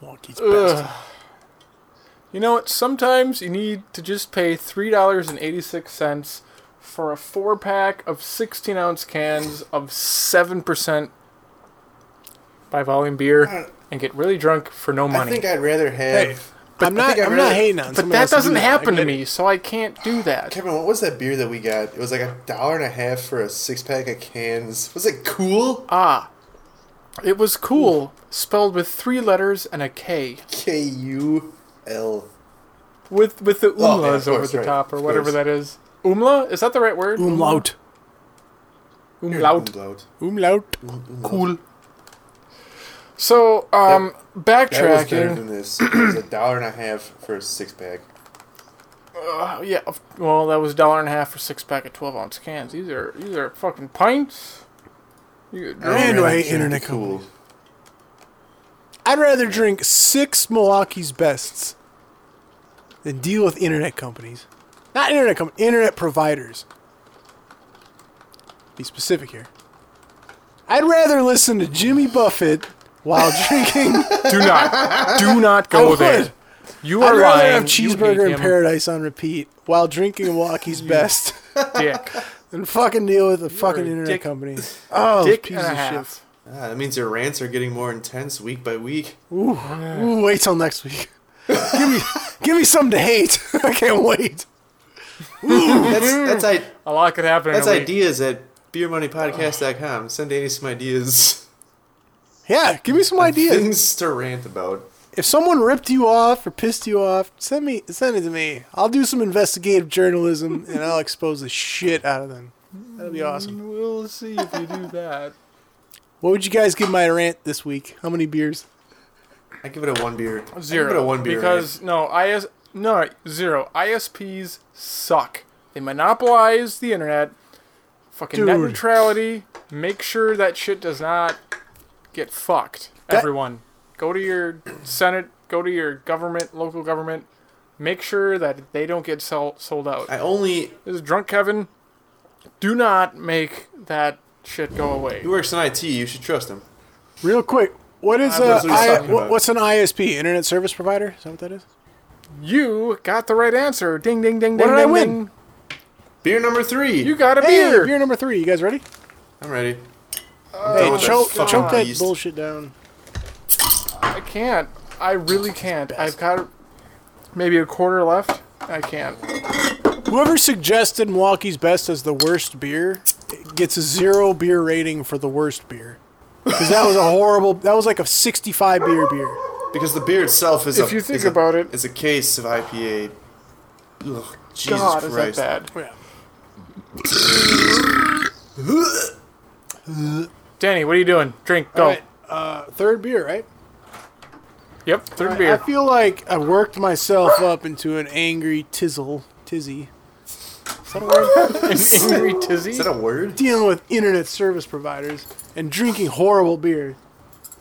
Milwaukee's
Ugh.
best.
You know what? Sometimes you need to just pay three dollars and eighty six cents for a four pack of sixteen ounce cans of seven percent by volume
Uh,
beer and get really drunk for no
I
money.
think I'd rather have.
Hey, I'm
I
not.
think I
I'm
really-
not hating on.
but
somebody
that
else to do
doesn't happen
I
to
get it.
me, so I can't do that.
Kevin, what was that beer that we got? It was like a dollar and a half for a six pack of cans. Was it cool?
Ah. It was cool, spelled with three letters and a K,
K U L.
with with the
Oh, yeah, of
umlas over
course,
the
right,
top or
of
whatever
course. Um,
that is. Umla? Is that the right word?
Umlaut.
Umlaut.
Umlaut.
Umlaut.
Cool. So, um,
That was better
backtracking.
than this. It was a dollar and a half for a six pack.
Uh, yeah, of- well, that was dollar and a half for six pack of twelve ounce cans. These are these are fucking pints.
(laughs)
You get drunk.
And do I hate
Can't be
internet companies? I'd rather drink six Milwaukee's bests than deal with internet companies. Not internet com- internet providers. Be specific here. I'd rather listen to Jimmy Buffett
(laughs)
while drinking.
do not, do not
I (laughs)
go
would.
there. You
I'd
are
rather
lying.
have
You
cheeseburger
hate
in
him.
paradise on repeat while drinking Milwaukee's best (laughs)
Dick,
than fucking deal with a fucking
a
internet
dick- (laughs)
company. Oh,
dick
piece
and a
of
half.
Ah, that means your rants are getting more intense week by week.
shit. Ooh, wait till next week. (laughs) give me, give me something to hate. (laughs) I can't wait.
That's that's I,
A lot could happen.
that's
in a week.
ideas that BeerMoneyPodcast.com. Send Danny some ideas.
Yeah, give me some ideas.
Things to rant about.
If someone ripped you off or pissed you off, send me send it to me. I'll do some investigative journalism and I'll expose the shit out of them. That'll be awesome.
We'll see if you do that.
What would you guys give my rant this week? How many beers?
I give it a one beer. I
Zero.
give it a one beer.
because no IS no zero ISPs suck. They monopolize the internet. Fucking net
Dude.
neutrality. Make sure that shit does not get fucked.
That-
Everyone, go to your senate. Go to your government, local government. Make sure that they don't get sell, sold out.
I only
This is drunk Kevin. Do not make that shit go away.
he works in IT. You should trust him.
Real quick, what is uh,
That's what he's
I,
talking
what,
about.
what's an ISP? Internet service provider? Is that what that is?
You got the right answer. Ding ding ding
What
ding
did I
ding,
win?
ding.
Beer number three.
You got a
Hey,
beer.
beer number three. You guys ready?
I'm ready.
Hey,
with that
choke,
fucking
choke that
beast.
bullshit down.
I can't. I really can't. I've got maybe a quarter left. I can't.
Whoever suggested Milwaukee's Best as the worst beer gets a zero beer rating for the worst beer. Because that was a horrible. That was like a 65 beer beer.
Because the beer itself is.
If
a,
you think
is a-
about it-
it's a case of IPA. Ugh, Jesus
God, is that
Christ.
bad?
Yeah.
Danny, what are you doing? Drink. Go.
Alright, uh, third beer, right?
Yep. Third
I
beer.
feel like I worked myself up into an angry tizzle, tizzy. Is that a word?
(laughs) An angry tizzy.
Is that a word?
Dealing with internet service providers and drinking horrible beer.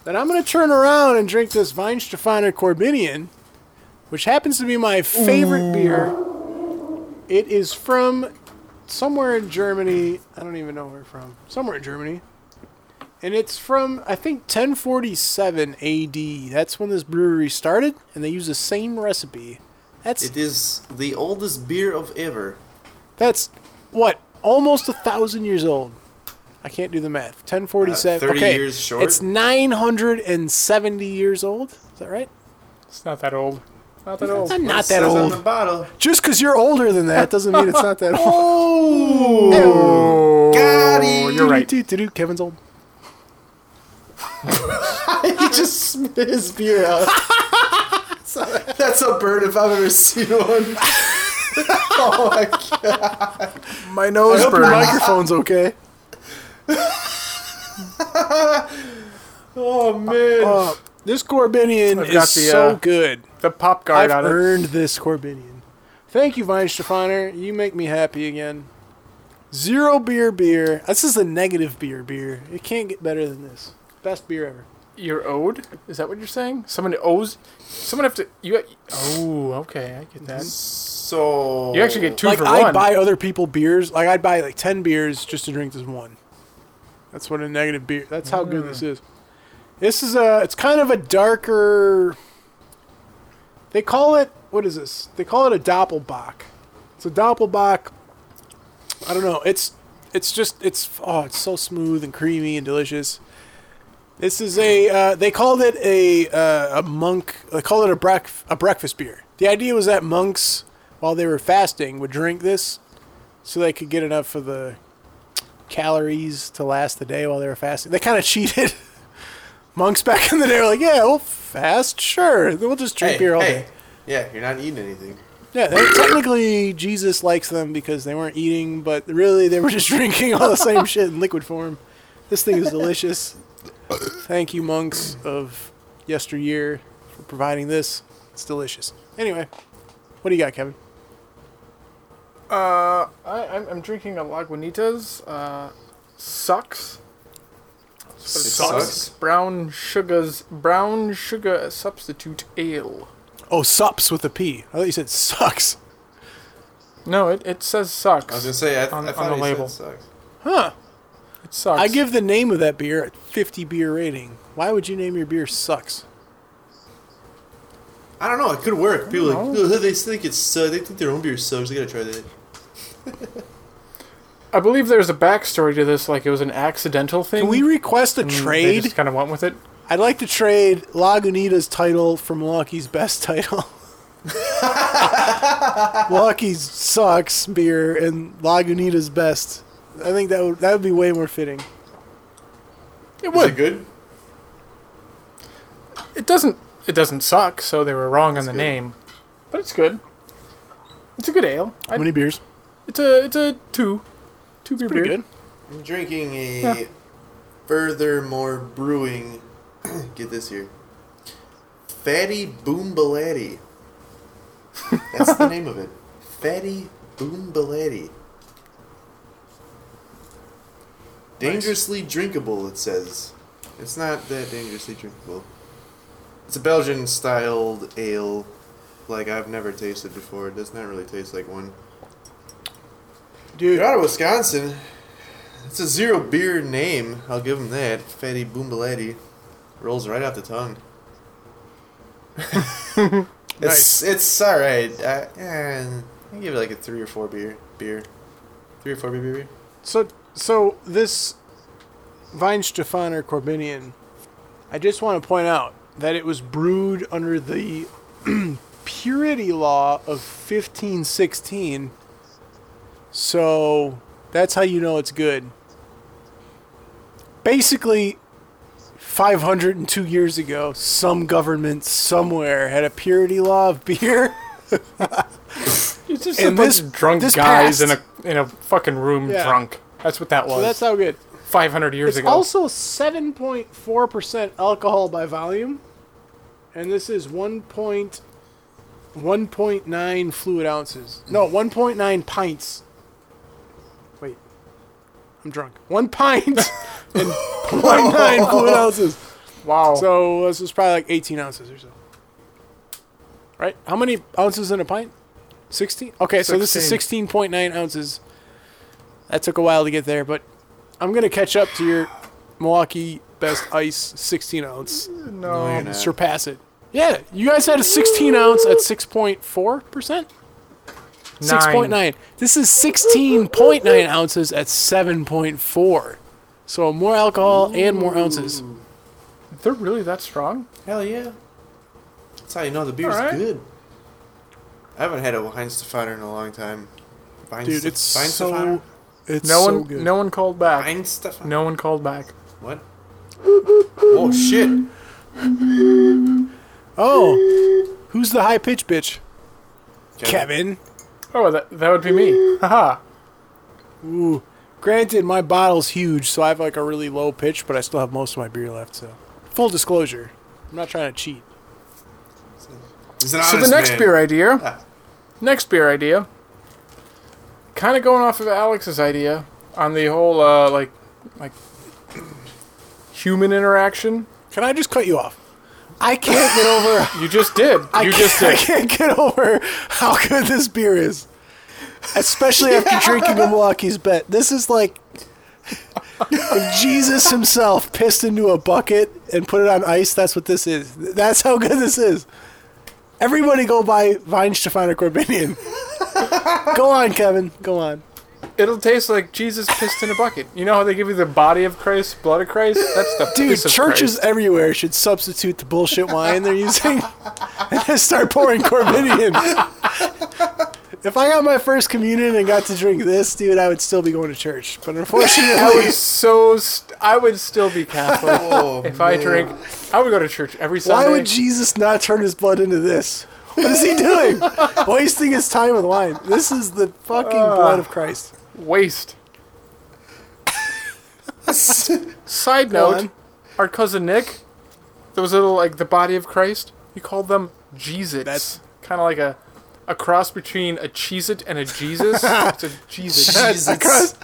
That I'm gonna turn around and drink this Weinstefiner Corbinian, which happens to be my favorite beer. It is from somewhere in Germany. I don't even know where from. Somewhere in Germany. And it's from I think 1047 AD. That's when this brewery started, and they use the same recipe. That's
It is the oldest beer of ever.
that's what almost a thousand years old. I can't do the math. Ten forty-seven.
Uh, 30
okay,
years short?
It's nine hundred and seventy years old. Is that right?
It's not that old. Not that old.
I'm not
It says
that
on the
old.
bottle.
Just because you're older than that doesn't mean it's not that (laughs) old.
Oh,
Got it.
you're right.
Do-do-do-do-do, Kevin's old.
He just spit his beer out. (laughs) That's a bird if I've ever seen one. (laughs) oh my god.
My nose
hope your
Your microphone's okay.
Oh man.
Uh, this Corbinian
I've
is
got the,
so
uh,
good.
The pop guard
I've
on it.
earned this Corbinian. Thank you, Vine Stefaner. You make me happy again. Zero beer beer. This is a negative beer beer. It can't get better than this. Best beer ever.
You're owed. Is that what you're saying? Someone owes. Someone have to. You. Oh, okay. I get that.
so
You actually get two
like
for
I'd
one.
buy other people beers. Like I'd buy like ten beers just to drink this one. That's what a negative beer. That's how good this is. This is a. It's kind of a darker. They call it what is this? They call it a doppelbock. It's a doppelbock. I don't know. It's it's just it's oh it's so smooth and creamy and delicious. This is a uh, they called it a uh, a monk they called it a breakf- a breakfast beer. The idea was that monks while they were fasting would drink this so they could get enough of the calories to last the day while they were fasting. They kind of (laughs) cheated. monks back in the day were like, yeah, we'll fast, sure, we'll just drink
hey,
beer all
hey.
day.
Yeah, you're not eating anything.
Yeah, they, technically Jesus likes them because they weren't eating, but really they were just (laughs) drinking all the same shit in liquid form. This thing is delicious. Thank you, monks of yesteryear, for providing this. It's delicious. Anyway, what do you got, Kevin?
Uh, I, I'm, I'm drinking a Lagunitas. Uh, sucks.
sucks.
Brown sugars. Brown sugar substitute ale.
Oh, sups with a P. I thought you said sucks.
No, it, it says sucks.
I was gonna say I, th-
On-
I
on
thought
the
he
label.
said sucks.
it sucks.
I give the name of that beer a 50 beer rating. Why would you name your beer sucks?
I don't know. It could work. People are like "Ugh, they think it's uh, they think their own beer sucks. They gotta try that.
I believe there's a backstory to this, like it was an accidental thing.
Can we request a
and Mm, they
trade?
just kind of went with it.
I'd like to trade Lagunita's title for Milwaukee's best title. Milwaukee's sucks beer and Lagunita's best I think that would that would be way more fitting.
It
Is
would.
it good?
It doesn't. It doesn't suck. So they were wrong on the
good.
name, but it's good. It's a good ale.
How
I,
many beers?
it's a it's a two, two beer
Pretty
beer.
good.
I'm drinking a
Yeah.
furthermore brewing. (clears throat) get this here. Fatty Boombalatti. That's (laughs) the name of it. Fatty Boombalatti. Dangerously drinkable, it says. It's not that dangerously drinkable. It's a Belgian styled ale, like I've never tasted before. It does not really taste like one.
Dude,
You're out of Wisconsin. It's a zero beer name. I'll give him that. Fatty Boombaletti. Rolls right off the tongue. it's
Nice.
it's all right. I, eh, I give it like a three or four beer beer, three or four beer beer. beer.
So, so this Weinstefan or Corbinian, I just want to point out that it was brewed under the (clears throat) purity law of 1516. So that's how you know it's good. Basically, 502 years ago, some government somewhere had a purity law of beer. (laughs)
It's just
And
a bunch
this-
of drunk
this
guys
passed.
in a in a fucking room
Yeah.
drunk. That's what that was.
So that's how good.
Five hundred years
It's
ago.
also 7.4% alcohol by volume, and this is 1. point- 1.9 fluid ounces. No, 1.9 pints. Wait, I'm drunk. One pint (laughs) and
(laughs)
0.9 fluid ounces.
wow.
So this is probably like 18 ounces or so. Right? How many ounces in a pint? 16? Okay, so this is 16.9 ounces. That took a while to get there, but I'm going to catch up to your Milwaukee Best Ice 16 ounce.
No, you're
and
not.
Surpass it. Yeah, you guys had a 16 ounce at 6.4%? 6.9. This is 16.9 ounces at 7.4. So more alcohol and more ounces.
They're really that strong.
Hell yeah. That's how you know the beer's
All right.
good. I haven't had a Weinstefiner in a long time. Weinste-
Dude, it's so
Weinstefiner?
it's
No
so
one
good.
no one called back.
Weinstefiner?
No one called back.
What? Oh shit!
Oh, who's the high pitch bitch? Kevin.
Oh, that that would be
(laughs)
me. Haha.
Ooh. Granted, my bottle's huge, so I have like a really low pitch, but I still have most of my beer left. So, full disclosure, I'm not trying to cheat.
He's an
So the
honest
next
man.
beer idea.
Ah.
Next beer idea. Kind of going off of Alex's idea on the whole uh, like like human interaction.
Can I just cut you off? I can't get over.
You just did. You
I
just
can't- (laughs)
did.
I can't get over how good this beer is, especially after drinking a Milwaukee's Bet. This is like if Jesus himself pissed into a bucket and put it on ice. That's what this is. That's how good this is. Everybody go buy Weinstefan or Corbinian. go on, Kevin. Go on.
It'll taste like Jesus pissed in a bucket. You know how they give you the body of Christ, blood of Christ? That's the
Dude,
piss of
churches
Christ.
everywhere should substitute the bullshit wine they're using (laughs) and just start pouring Corbinian. if I got my first communion and got to drink this, dude, I would still be going to church. But
I
unfortunately,
would so. St- I would still be Catholic
Oh,
if I
man.
drink. I would go to church every Sunday.
(laughs) why would Jesus not turn his blood into this? What is he
(laughs)
doing? Wasting his time with wine. This is the fucking
Ah.
blood of Christ.
waste? Side
Go
note:
on.
Our cousin Nick, those little like the body of Christ. He called them Jesus.
That's-
kind of like a a cross between a Cheez It and a (laughs) Jesus. it's a Jesus.
Jesus.
cross-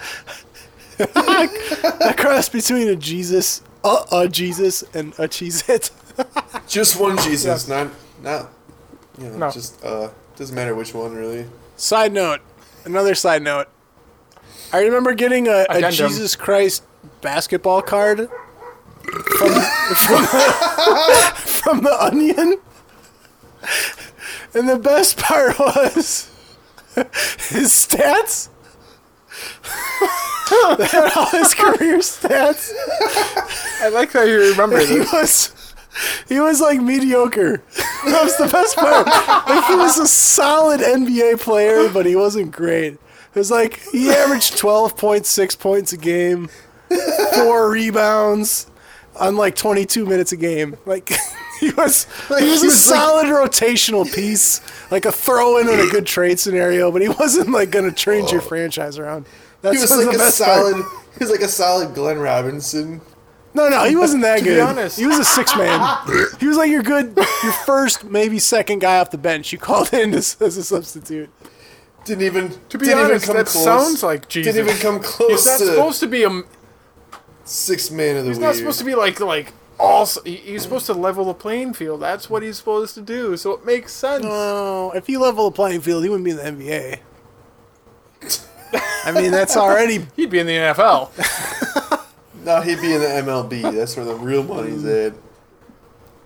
A cross between a Jesus, uh, a Jesus, and a cheese it.
Just one Jesus, not not you know,
No.
just uh doesn't matter which one really.
Side note, another side note. I remember getting a, a
Addendum.
Jesus Christ basketball card from, from, (laughs) from the Onion, and the best part was his stats. (laughs) they had all his career stats.
I like how you remember (laughs)
(laughs) He
this.
was he was like mediocre. (laughs) That was the best part. like he was a solid NBA player, but he wasn't great. It was like he averaged 12.6 points a game, four rebounds on like 22 minutes a game. Like (laughs) he was he was
he
a
was, like-
solid rotational piece, like a throw in in a good trade scenario, but he wasn't like going to change your franchise around. That's
Oh. He was
(laughs)
what's
like
the
a
best part.
solid. He was like a solid Glenn Robinson.
No, no, he wasn't
(laughs)
that
To be
good.
honest.
He was a
(laughs)
six man. he was like your good, your first, maybe second guy off the bench. You called in as, as a substitute.
Didn't even.
To be
didn't
honest,
even come
that
close.
sounds like Jesus.
Didn't even come close
He's not
to
supposed to be a.
six man of the
He's
week.
not supposed to be like like all. he- He's supposed to level the playing field. That's what he's supposed to do. So it makes sense.
Oh, if he leveled the playing field, he wouldn't be in the NBA. I mean,
(laughs)
that's already
He'd be in the (laughs) NFL.
No, he'd be in the MLB. That's where the real money's at.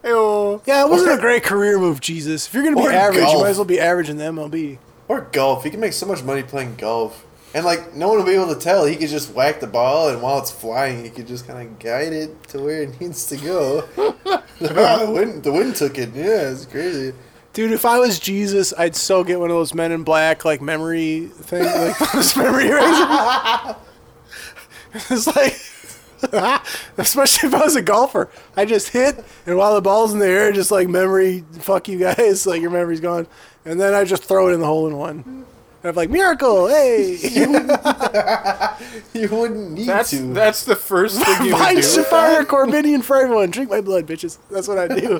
Ew.
yeah. It wasn't a great career move, Jesus. If you're gonna be
Or
average, you
golf.
might as well be average in the MLB.
Or golf. He can make so much money playing golf. And like no one will be able to tell. He could just whack the ball, and while it's flying, he could just kind of guide it to where it needs to go. the wind, the wind took it. Yeah, it's crazy.
Dude, if I was Jesus, I'd so get one of those Men in Black like memory thing, like (laughs) those memory erasers. (laughs) it's like, (laughs) especially if I was a golfer, I just hit, and while the ball's in the air, just like memory, fuck you guys, (laughs) like your memory's gone, and then I just throw it in the hole in one. And I'm like, miracle, (laughs) hey!
You wouldn't need
That's
to.
that's the first (laughs) thing you would
Find
do.
Sapphire Corbinian for everyone. Drink my blood, bitches. That's what I do.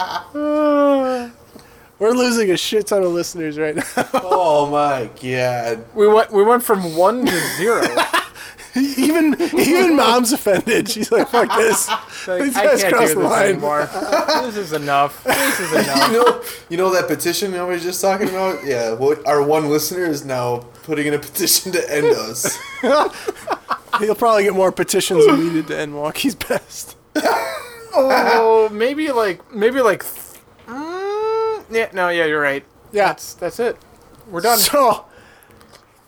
(laughs) We're losing a shit ton of listeners right now.
oh my god.
We went we went from one to zero.
Even
(laughs)
even mom's offended. She's like, "Fuck this."
Like,
These
I
guys
can't
crossed
do
the
this
line. (laughs)
anymore. This is enough. This is enough.
You know, you know that petition I was just talking about? Yeah, what our one listener is now putting in a petition to end us.
He'll probably get more petitions than we did to end Milwaukee's best.
Oh, maybe like maybe like. th- Mm, yeah, no, yeah, you're right.
Yeah.
That's that's it. We're done.
So,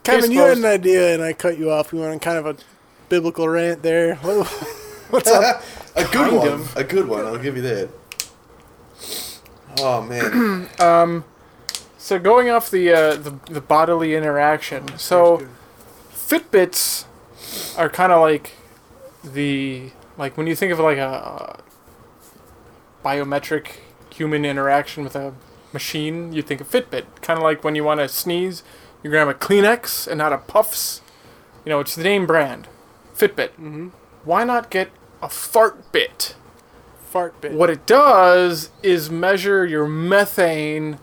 Case
Kevin, you had
closed.
an idea, and I cut you off. We went on kind of a biblical rant there. (laughs) What- What's up?
(laughs) a good
Kind
one.
of.
A good one. I'll give you that. Oh
(clears throat)
man.
So going off the uh, the, the bodily interaction. So Fitbits are kind of like the like when you think of like a, a biometric human interaction with a machine, you think of Fitbit. Kind of like when you want to sneeze, you grab a Kleenex and not a Puffs. You know, it's the name brand, Fitbit. Mm-hmm. Why not get a fart bit?
Fart bit.
What it does is measure your methane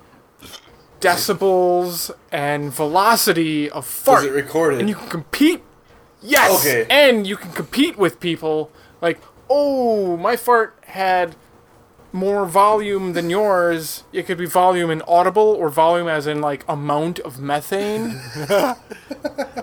decibels and velocity of fart.
Was it recorded?
And you can compete. Yes.
Okay.
And you can compete with people like, "Oh, my fart had more volume than yours." It could be volume in audible or volume as in like amount
(laughs)
of methane.
I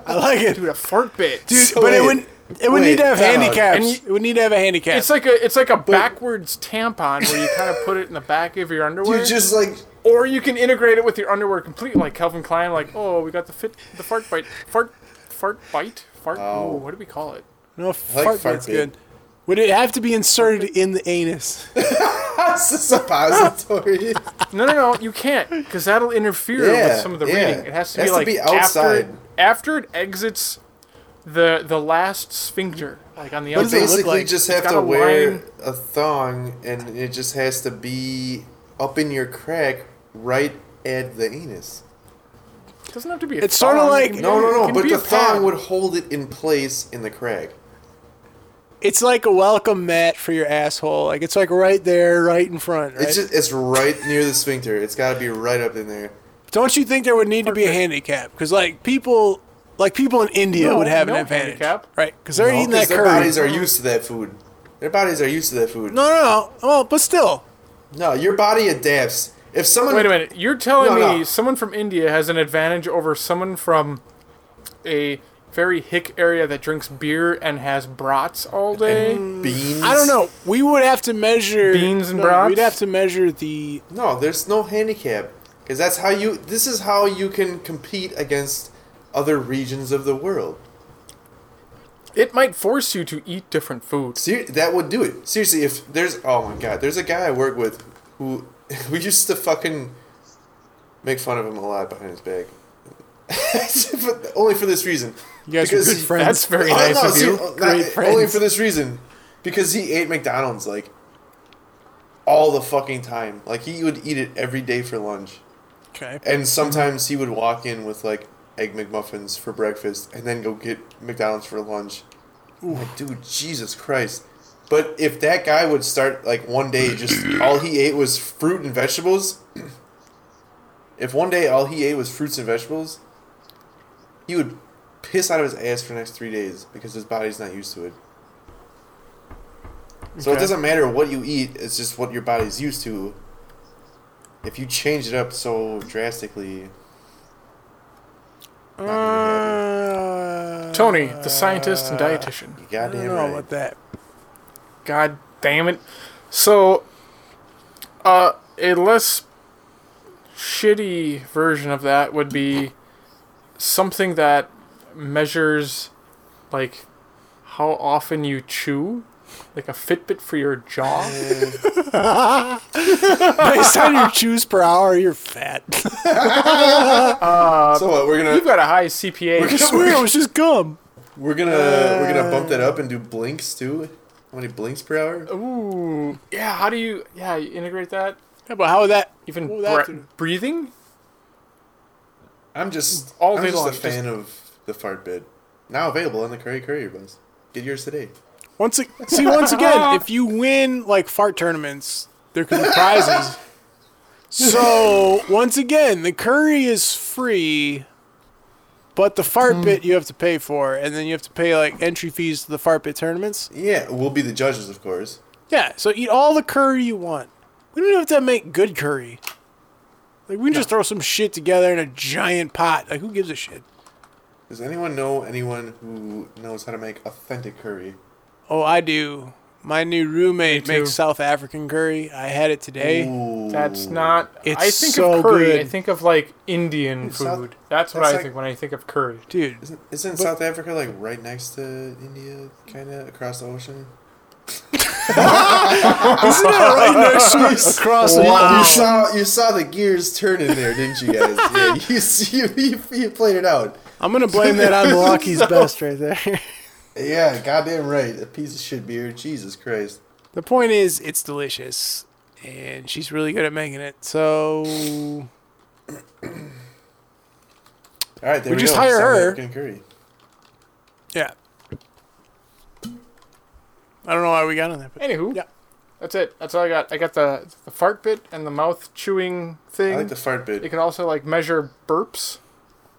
like it,
Dude, a fart bit.
dude.
So
but it
wait.
would it would
Wait,
need to have
time out.
handicaps.
And you-
it would need to have a handicap.
It's like a it's like a backwards tampon where you kind of put it in the back of your underwear.
You just like (laughs)
Or you can integrate it with your underwear completely, like Calvin Klein. Like, oh, we got the fit, the fart bite, fart, fart bite, fart.
Ow.
Ooh, what do we call it?
no fart,
fart
bit's
bit.
good. Would it have to be inserted in the
(laughs)
anus?
that's a suppository.
No, no, no, you can't, because that'll interfere with
Yeah,
some of the
yeah.
reading. It has to
It
be
has to
like
be outside.
After, after it exits the the last sphincter, like on the
What does
outside.
it look
Basically
like?
just
It's
have
got
to
a
wear
line.
a thong and it just has to be up in your crack right at the anus.
It doesn't have to be. A
It's sorta
thong.
like-
It
No, no, no,
can
but
be
the
a pad.
thong would hold it in place in the crack.
It's like a welcome mat for your asshole. Like it's like right there, right in front. Right?
It's just it's right near the sphincter. It's got to be right up in there.
Don't you think there would need to be a handicap? Because like people, like people in India
No,
would have
no
an advantage,
handicap.
right? Because they're eating
Because
that
their
curry.
bodies are used to that food. Their bodies are used to that food. No,
no, no, no. Well, but still,
your body adapts. If someone
Wait a minute. You're telling
No,
me
no.
someone from India has an advantage over someone from a very hick area that drinks beer and has brats all day?
beans,
I don't know. We would have to measure
Beans and
no,
brats?
We'd have to measure the.
No, there's no handicap because that's how you. This is how you can compete against other regions of the world.
It might force you to eat different foods.
Ser- that would do it. Seriously, if there's oh my god, there's a guy I work with (laughs) who we used to fucking make fun of him a lot behind his back. (laughs) But only for this reason.
You guys are good
he-
friends.
That's very
Oh,
nice
no,
of
see,
you.
oh, not-
Great
Only
friends.
for this reason, because he ate McDonald's like all the fucking time. Like he would eat it every day for lunch,
Okay.
and sometimes he would walk in with like egg McMuffins for breakfast, and then go get McDonald's for lunch. I'm Like, dude, Jesus Christ! But if that guy would start like one day, just all he ate was fruit and vegetables. (clears throat) If one day all he ate was fruits and vegetables, he would piss out of his ass for the next three days because his body's not used to it. So it
Okay.
doesn't matter what you eat, it's just what your body's used to. If you change it up so drastically. not gonna happen.
Uh,
Tony, the scientist and dietitian.
You
I don't
goddamn
know
right.
about that. (laughs)
God damn it. So, uh, a less shitty version of that would be something that measures, like, how often you chew, like a Fitbit for your jaw.
Based on (laughs) your chews per hour, you're fat. (laughs)
so what, we're
You've
gonna
got a high CPA.
We're-
I swear it was just gum.
we're gonna we're gonna bump that
Uh,
up and do blinks too? How many blinks per hour?
Ooh, yeah. How do you, yeah, you integrate that?
Yeah, but how would that?
Even
What would that
bre-
do?
breathing?
I'm just
All
I'm
day
just
long,
a
just-
fan of the fart bit. Now available on the Curry Curry Bus. Get yours today.
Once a- see, once again, if you win like fart tournaments, there could be prizes. So once again, the curry is free, but the fart
Mm.
bit you have to pay for, and then you have to pay like entry fees to the fart bit tournaments.
Yeah, we'll be the judges, of course.
Yeah, so eat all the curry you want. We don't have to make good curry. Like we can just throw some shit together in a giant pot. Like who gives a shit?
Does anyone know anyone who knows how to make authentic curry?
Oh, I do. My new roommate
Me too.
makes South African curry. I had it today.
Ooh.
That's not.
It's
I think
so
of curry. I
good.
think of like Indian
It's not-
food. That's what
that's
I
like-
think when I think of curry.
Dude,
Isn't, isn't South Africa like right next to India, kind of across the
(laughs)
ocean?
Isn't that (laughs) right next to us? Across the
You saw you saw the gears turning there, didn't you guys? yeah, (laughs) you, s- you, you you played it out.
I'm gonna blame that on (laughs) Milwaukee's best right there.
Yeah, goddamn right. A piece of shit beer. Jesus Christ.
The point is, it's delicious, and she's really good at making it. So
All right, there
We
we,
just
go.
hire
South
her.
African curry.
yeah, I don't know why we got on that, but
Anywho,
Yeah.
that's it. That's all I got. I got the the fart bit and the mouth chewing thing.
I like the fart
you
bit.
can also like measure burps,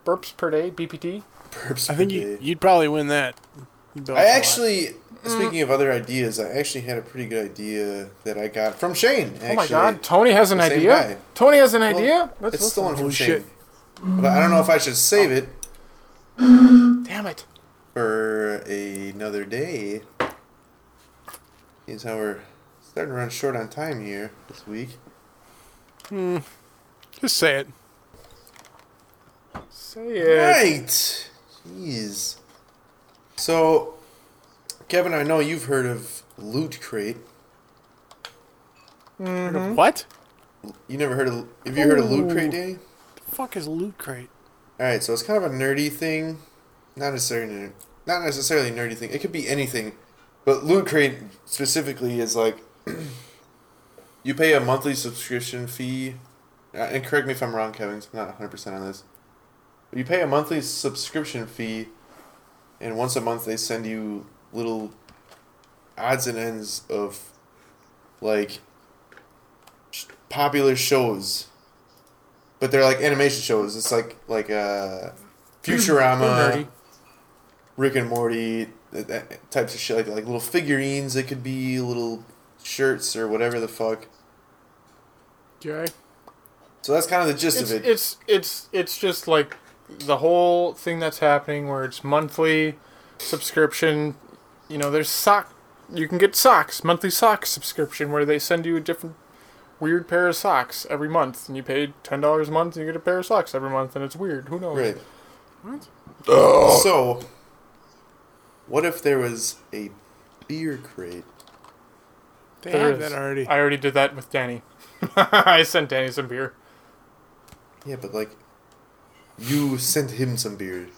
burps per day, BPT.
Burps
I think you, Mm. you'd probably win that. You'd be
I
off a lot.
actually, speaking of other ideas, I actually had a pretty good idea that I got from Shane. Actually.
oh my God, Tony has an
the same
idea.
guy.
Tony has an idea. Let's
It's
listen.
stolen from
Holy
Shane.
shit.
But I don't know if I should save it
Damn it.
for another day. Is how we're starting to run short on time here this week.
just say it.
Say it.
Right. Jeez. So, Kevin, I know you've heard of Loot Crate. Hmm?
What?
You never heard of? Have you heard of Loot Crate Day?
The fuck is loot crate?
All right, so it's kind of a nerdy thing, not necessarily not necessarily a nerdy thing. It could be anything, but Loot Crate specifically is like you pay a monthly subscription fee. uh, And correct me if I'm wrong, Kevin. 'cause I'm not 100 percent on this. But you pay a monthly subscription fee, and once a month they send you little odds and ends of like sh- popular shows but they're like animation shows. It's like like uh, Futurama,
Nerdy.
Rick and Morty, that, that types of shit like that. like little figurines. They could be little shirts or whatever the fuck.
Okay.
So that's kind of the gist
It's,
of it.
it's it's it's just like the whole thing that's happening where it's monthly subscription. You know, there's sock. You can get socks, monthly sock subscription, where they send you a different weird pair of socks every month, and you pay ten dollars a month, and you get a pair of socks every month, and it's weird. Who knows?
right. So, what if there was a beer crate?
They
There
have
is.
that already.
I already did that (laughs) with Danny. I sent Danny some beer.
Yeah, but like, You sent him some beer.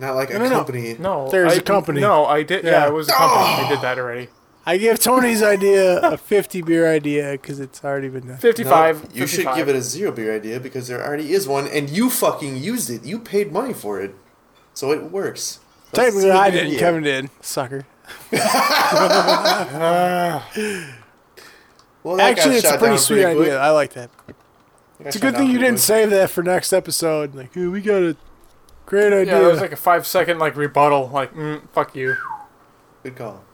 Not like
no,
a
no.
company.
No,
There's
I-
a company.
No, I did. Yeah,
Yeah.
it was a company. I did that already.
I give Tony's idea a 50 beer idea because it's already been done.
No,
Fifty-five.
you should
55.
give it a zero beer idea because there already is one, and you fucking used it. You paid money for it, so it works. That's
Technically,
zero
I
beer
didn't.
idea.
Kevin did. Sucker.
Well, that got
Actually, it's a
shot
pretty
down
sweet
quick.
idea. I like that.
That got
It's a
shot
good
down
thing you
pretty
didn't
quick.
save that for next episode. Like, hey, we got a great idea.
Yeah, it was like a five-second like rebuttal. Like, mm, fuck you.
Good call.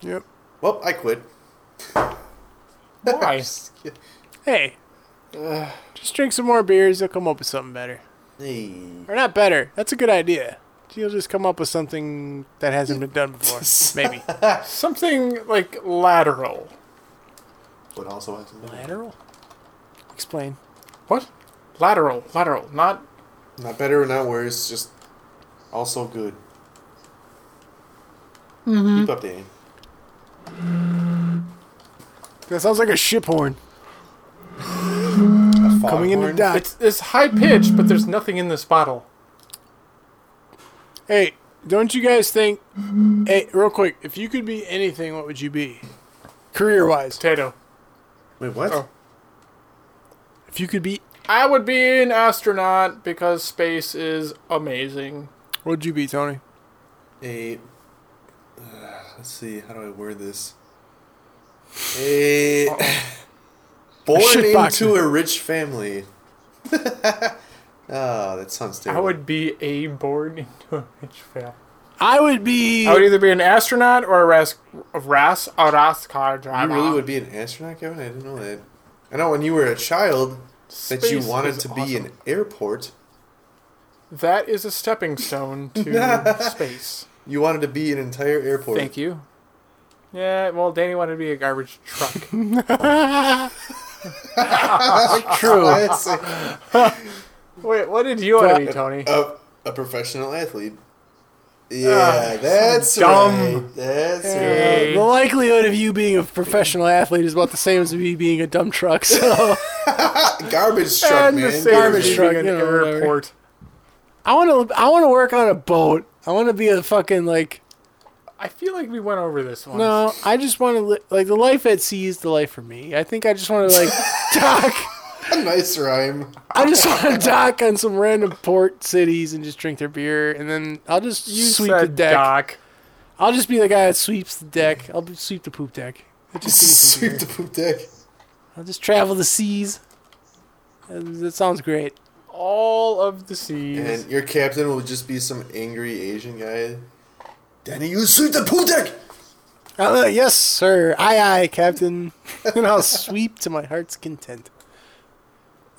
yep.
Well, I quit. (laughs)
Why?
Hey, just drink some more beers. You'll come up with something better,
Hey.
or not better. That's a good idea. You'll just come up with something that hasn't been
(laughs)
done before. Maybe.
Something like lateral.
But also has some
Lateral. Explain.
What? Lateral. Lateral. Not.
Not better or not worse, just also good. Keep updating.
That sounds like a ship horn.
A
Coming into
foghorn?
dock.
It's it's high pitched, but there's nothing in this bottle.
Hey, don't you guys think? Hey, real quick, if you could be anything, what would you be? Career wise,
Potato.
Wait, what?
Oh.
if you could be,
I would be an astronaut because space is amazing.
what would you be, Tony?
A. Uh, let's see, how do I word this? A. (laughs) born
Shitbox.
into a rich family. (laughs) oh, that sounds
I
terrible.
would be a born into a rich family.
I would be.
I would either be an astronaut or a ras a ras a ras car driver.
You really would be an astronaut, Kevin? I didn't know that. I know when you were a child that you
Space
wanted
is
to be
awesome.
an airport.
That is a
(laughs)
stepping stone to space.
You wanted to be an entire airport. (laughs)
Thank you. Yeah, well, Danny wanted to be a garbage
(laughs)
truck.
True.
That's a-
Wait, what did you want to be, Tony?
a, a professional athlete. Yeah, that's
dumb.
right. That's right.
Uh, the likelihood of you being a professional athlete is about the same as me being a dumb
(laughs)
truck. So
Garbage truck,
and
man.
the same
Garbage
as being
truck,
an
you know, whatever.
airport.
I want to. I want to work on a boat. I want to be a fucking like.
I feel like we went over this one.
No, I just want to li- like the life at sea is the life for me. I think I just want to
(laughs)
like dock.
nice rhyme.
I just want to dock on some random port cities and just drink their beer, and then I'll just
you
sweep
said
the deck.
dock.
I'll just be the guy that sweeps the deck. I'll be- sweep the poop deck. I'll just, give
(laughs) Sweep
you some beer.
the poop deck.
I'll just travel the seas. Uh, That sounds great.
All of the seas.
And your captain will just be some angry Asian guy. Danny, you sweep the poop deck!
Uh, yes, sir. Aye, aye, Captain. (laughs) and I'll sweep to my heart's content.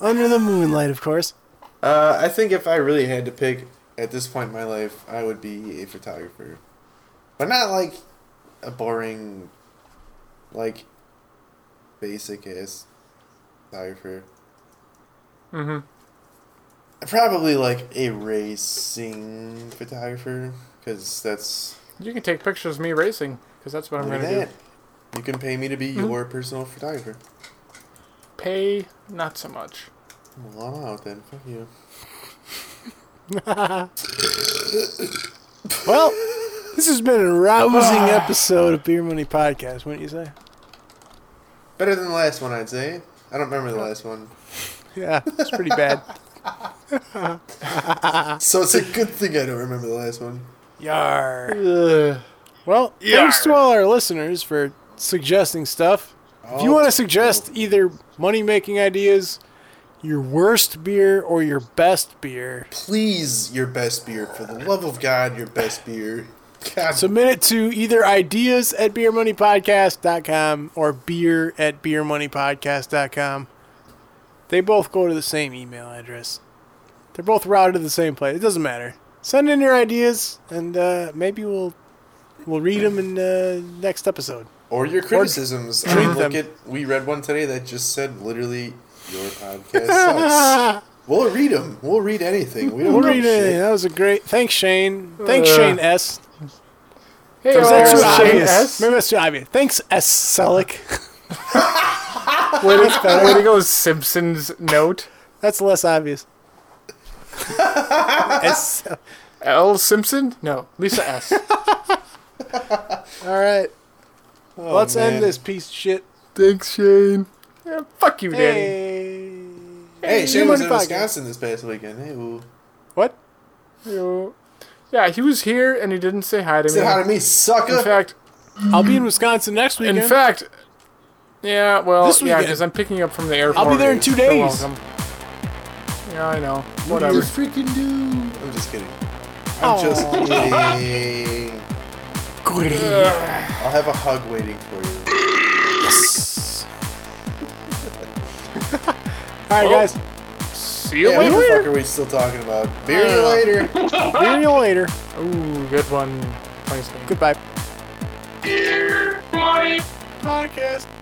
Under the moonlight, of course.
Uh, I think if I really had to pick at this point in my life, I would be a photographer. But not like a boring, like, basic ass photographer.
Mhm.
Probably like a racing photographer, because that's.
You can take pictures of me racing, because that's what I'm
Look
going
at
to
that.
do.
You can pay me to
Hmm?
be your personal photographer.
Pay, not so much.
Well, I'm out then. Fuck you.
Well, this has been a rousing episode of Beer Money Podcast, wouldn't you say?
Better than the last one, I'd say. I don't remember the last one.
Yeah, it's pretty bad.
So it's a good thing I don't remember the last one.
Yar. Uh, Well, thanks to
Yar.
all our listeners for suggesting stuff. If you
Oh,
want to suggest either money making ideas, your worst beer, or your best beer,
please your best beer for the love of god your best beer god
submit it to either ideas at beermoneypodcast.com or beer at beermoneypodcast.com. They both go to the same email address. They're both routed to the same place. It doesn't matter. Send in your ideas, and uh, maybe we'll we'll read them in uh, next episode.
or your criticisms i mean
Treat
look
them.
at we read one today that just said literally your podcast
(laughs)
sucks we'll read them we'll read anything we don't
We'll
give a
read
shit.
it. That was a great. Thanks, Shane. Thanks,
Uh,
Shane S.
Hey,
Was that
oh,
too
Shane
obvious?
S.
Maybe that's too obvious. Thanks, S.
(laughs)
Selleck.
Way to, way to go, Simpsons note.
That's
(laughs)
less obvious. S-
L. Simpson? No, Lisa S.
All right.
Oh,
Let's end this piece of shit.
Thanks, Shane. Yeah, fuck you, Danny.
Hey.
Hey, Shane
you
was in
won the podcast.
Wisconsin this past weekend. Hey, well,
What?
Yo. Yeah, he was here and he didn't say hi to me.
say hi to me, sucker.
In fact,
I'll be in Wisconsin next weekend.
in fact, yeah, well,
This
yeah,
weekend.
because I'm picking up from the airport.
I'll be there in two
You're
days.
welcome. Yeah, I know.
What do you
Whatever.
freaking do? I'm just kidding. I'm just kidding. I'll have a hug waiting for you.
All right, guys.
See you
Yeah, what
later.
the fuck are we still talking about? Beer you later.
oh.
See you later.
Ooh, good one. Thanks, man.
Goodbye.
Dear Mike.
Podcast.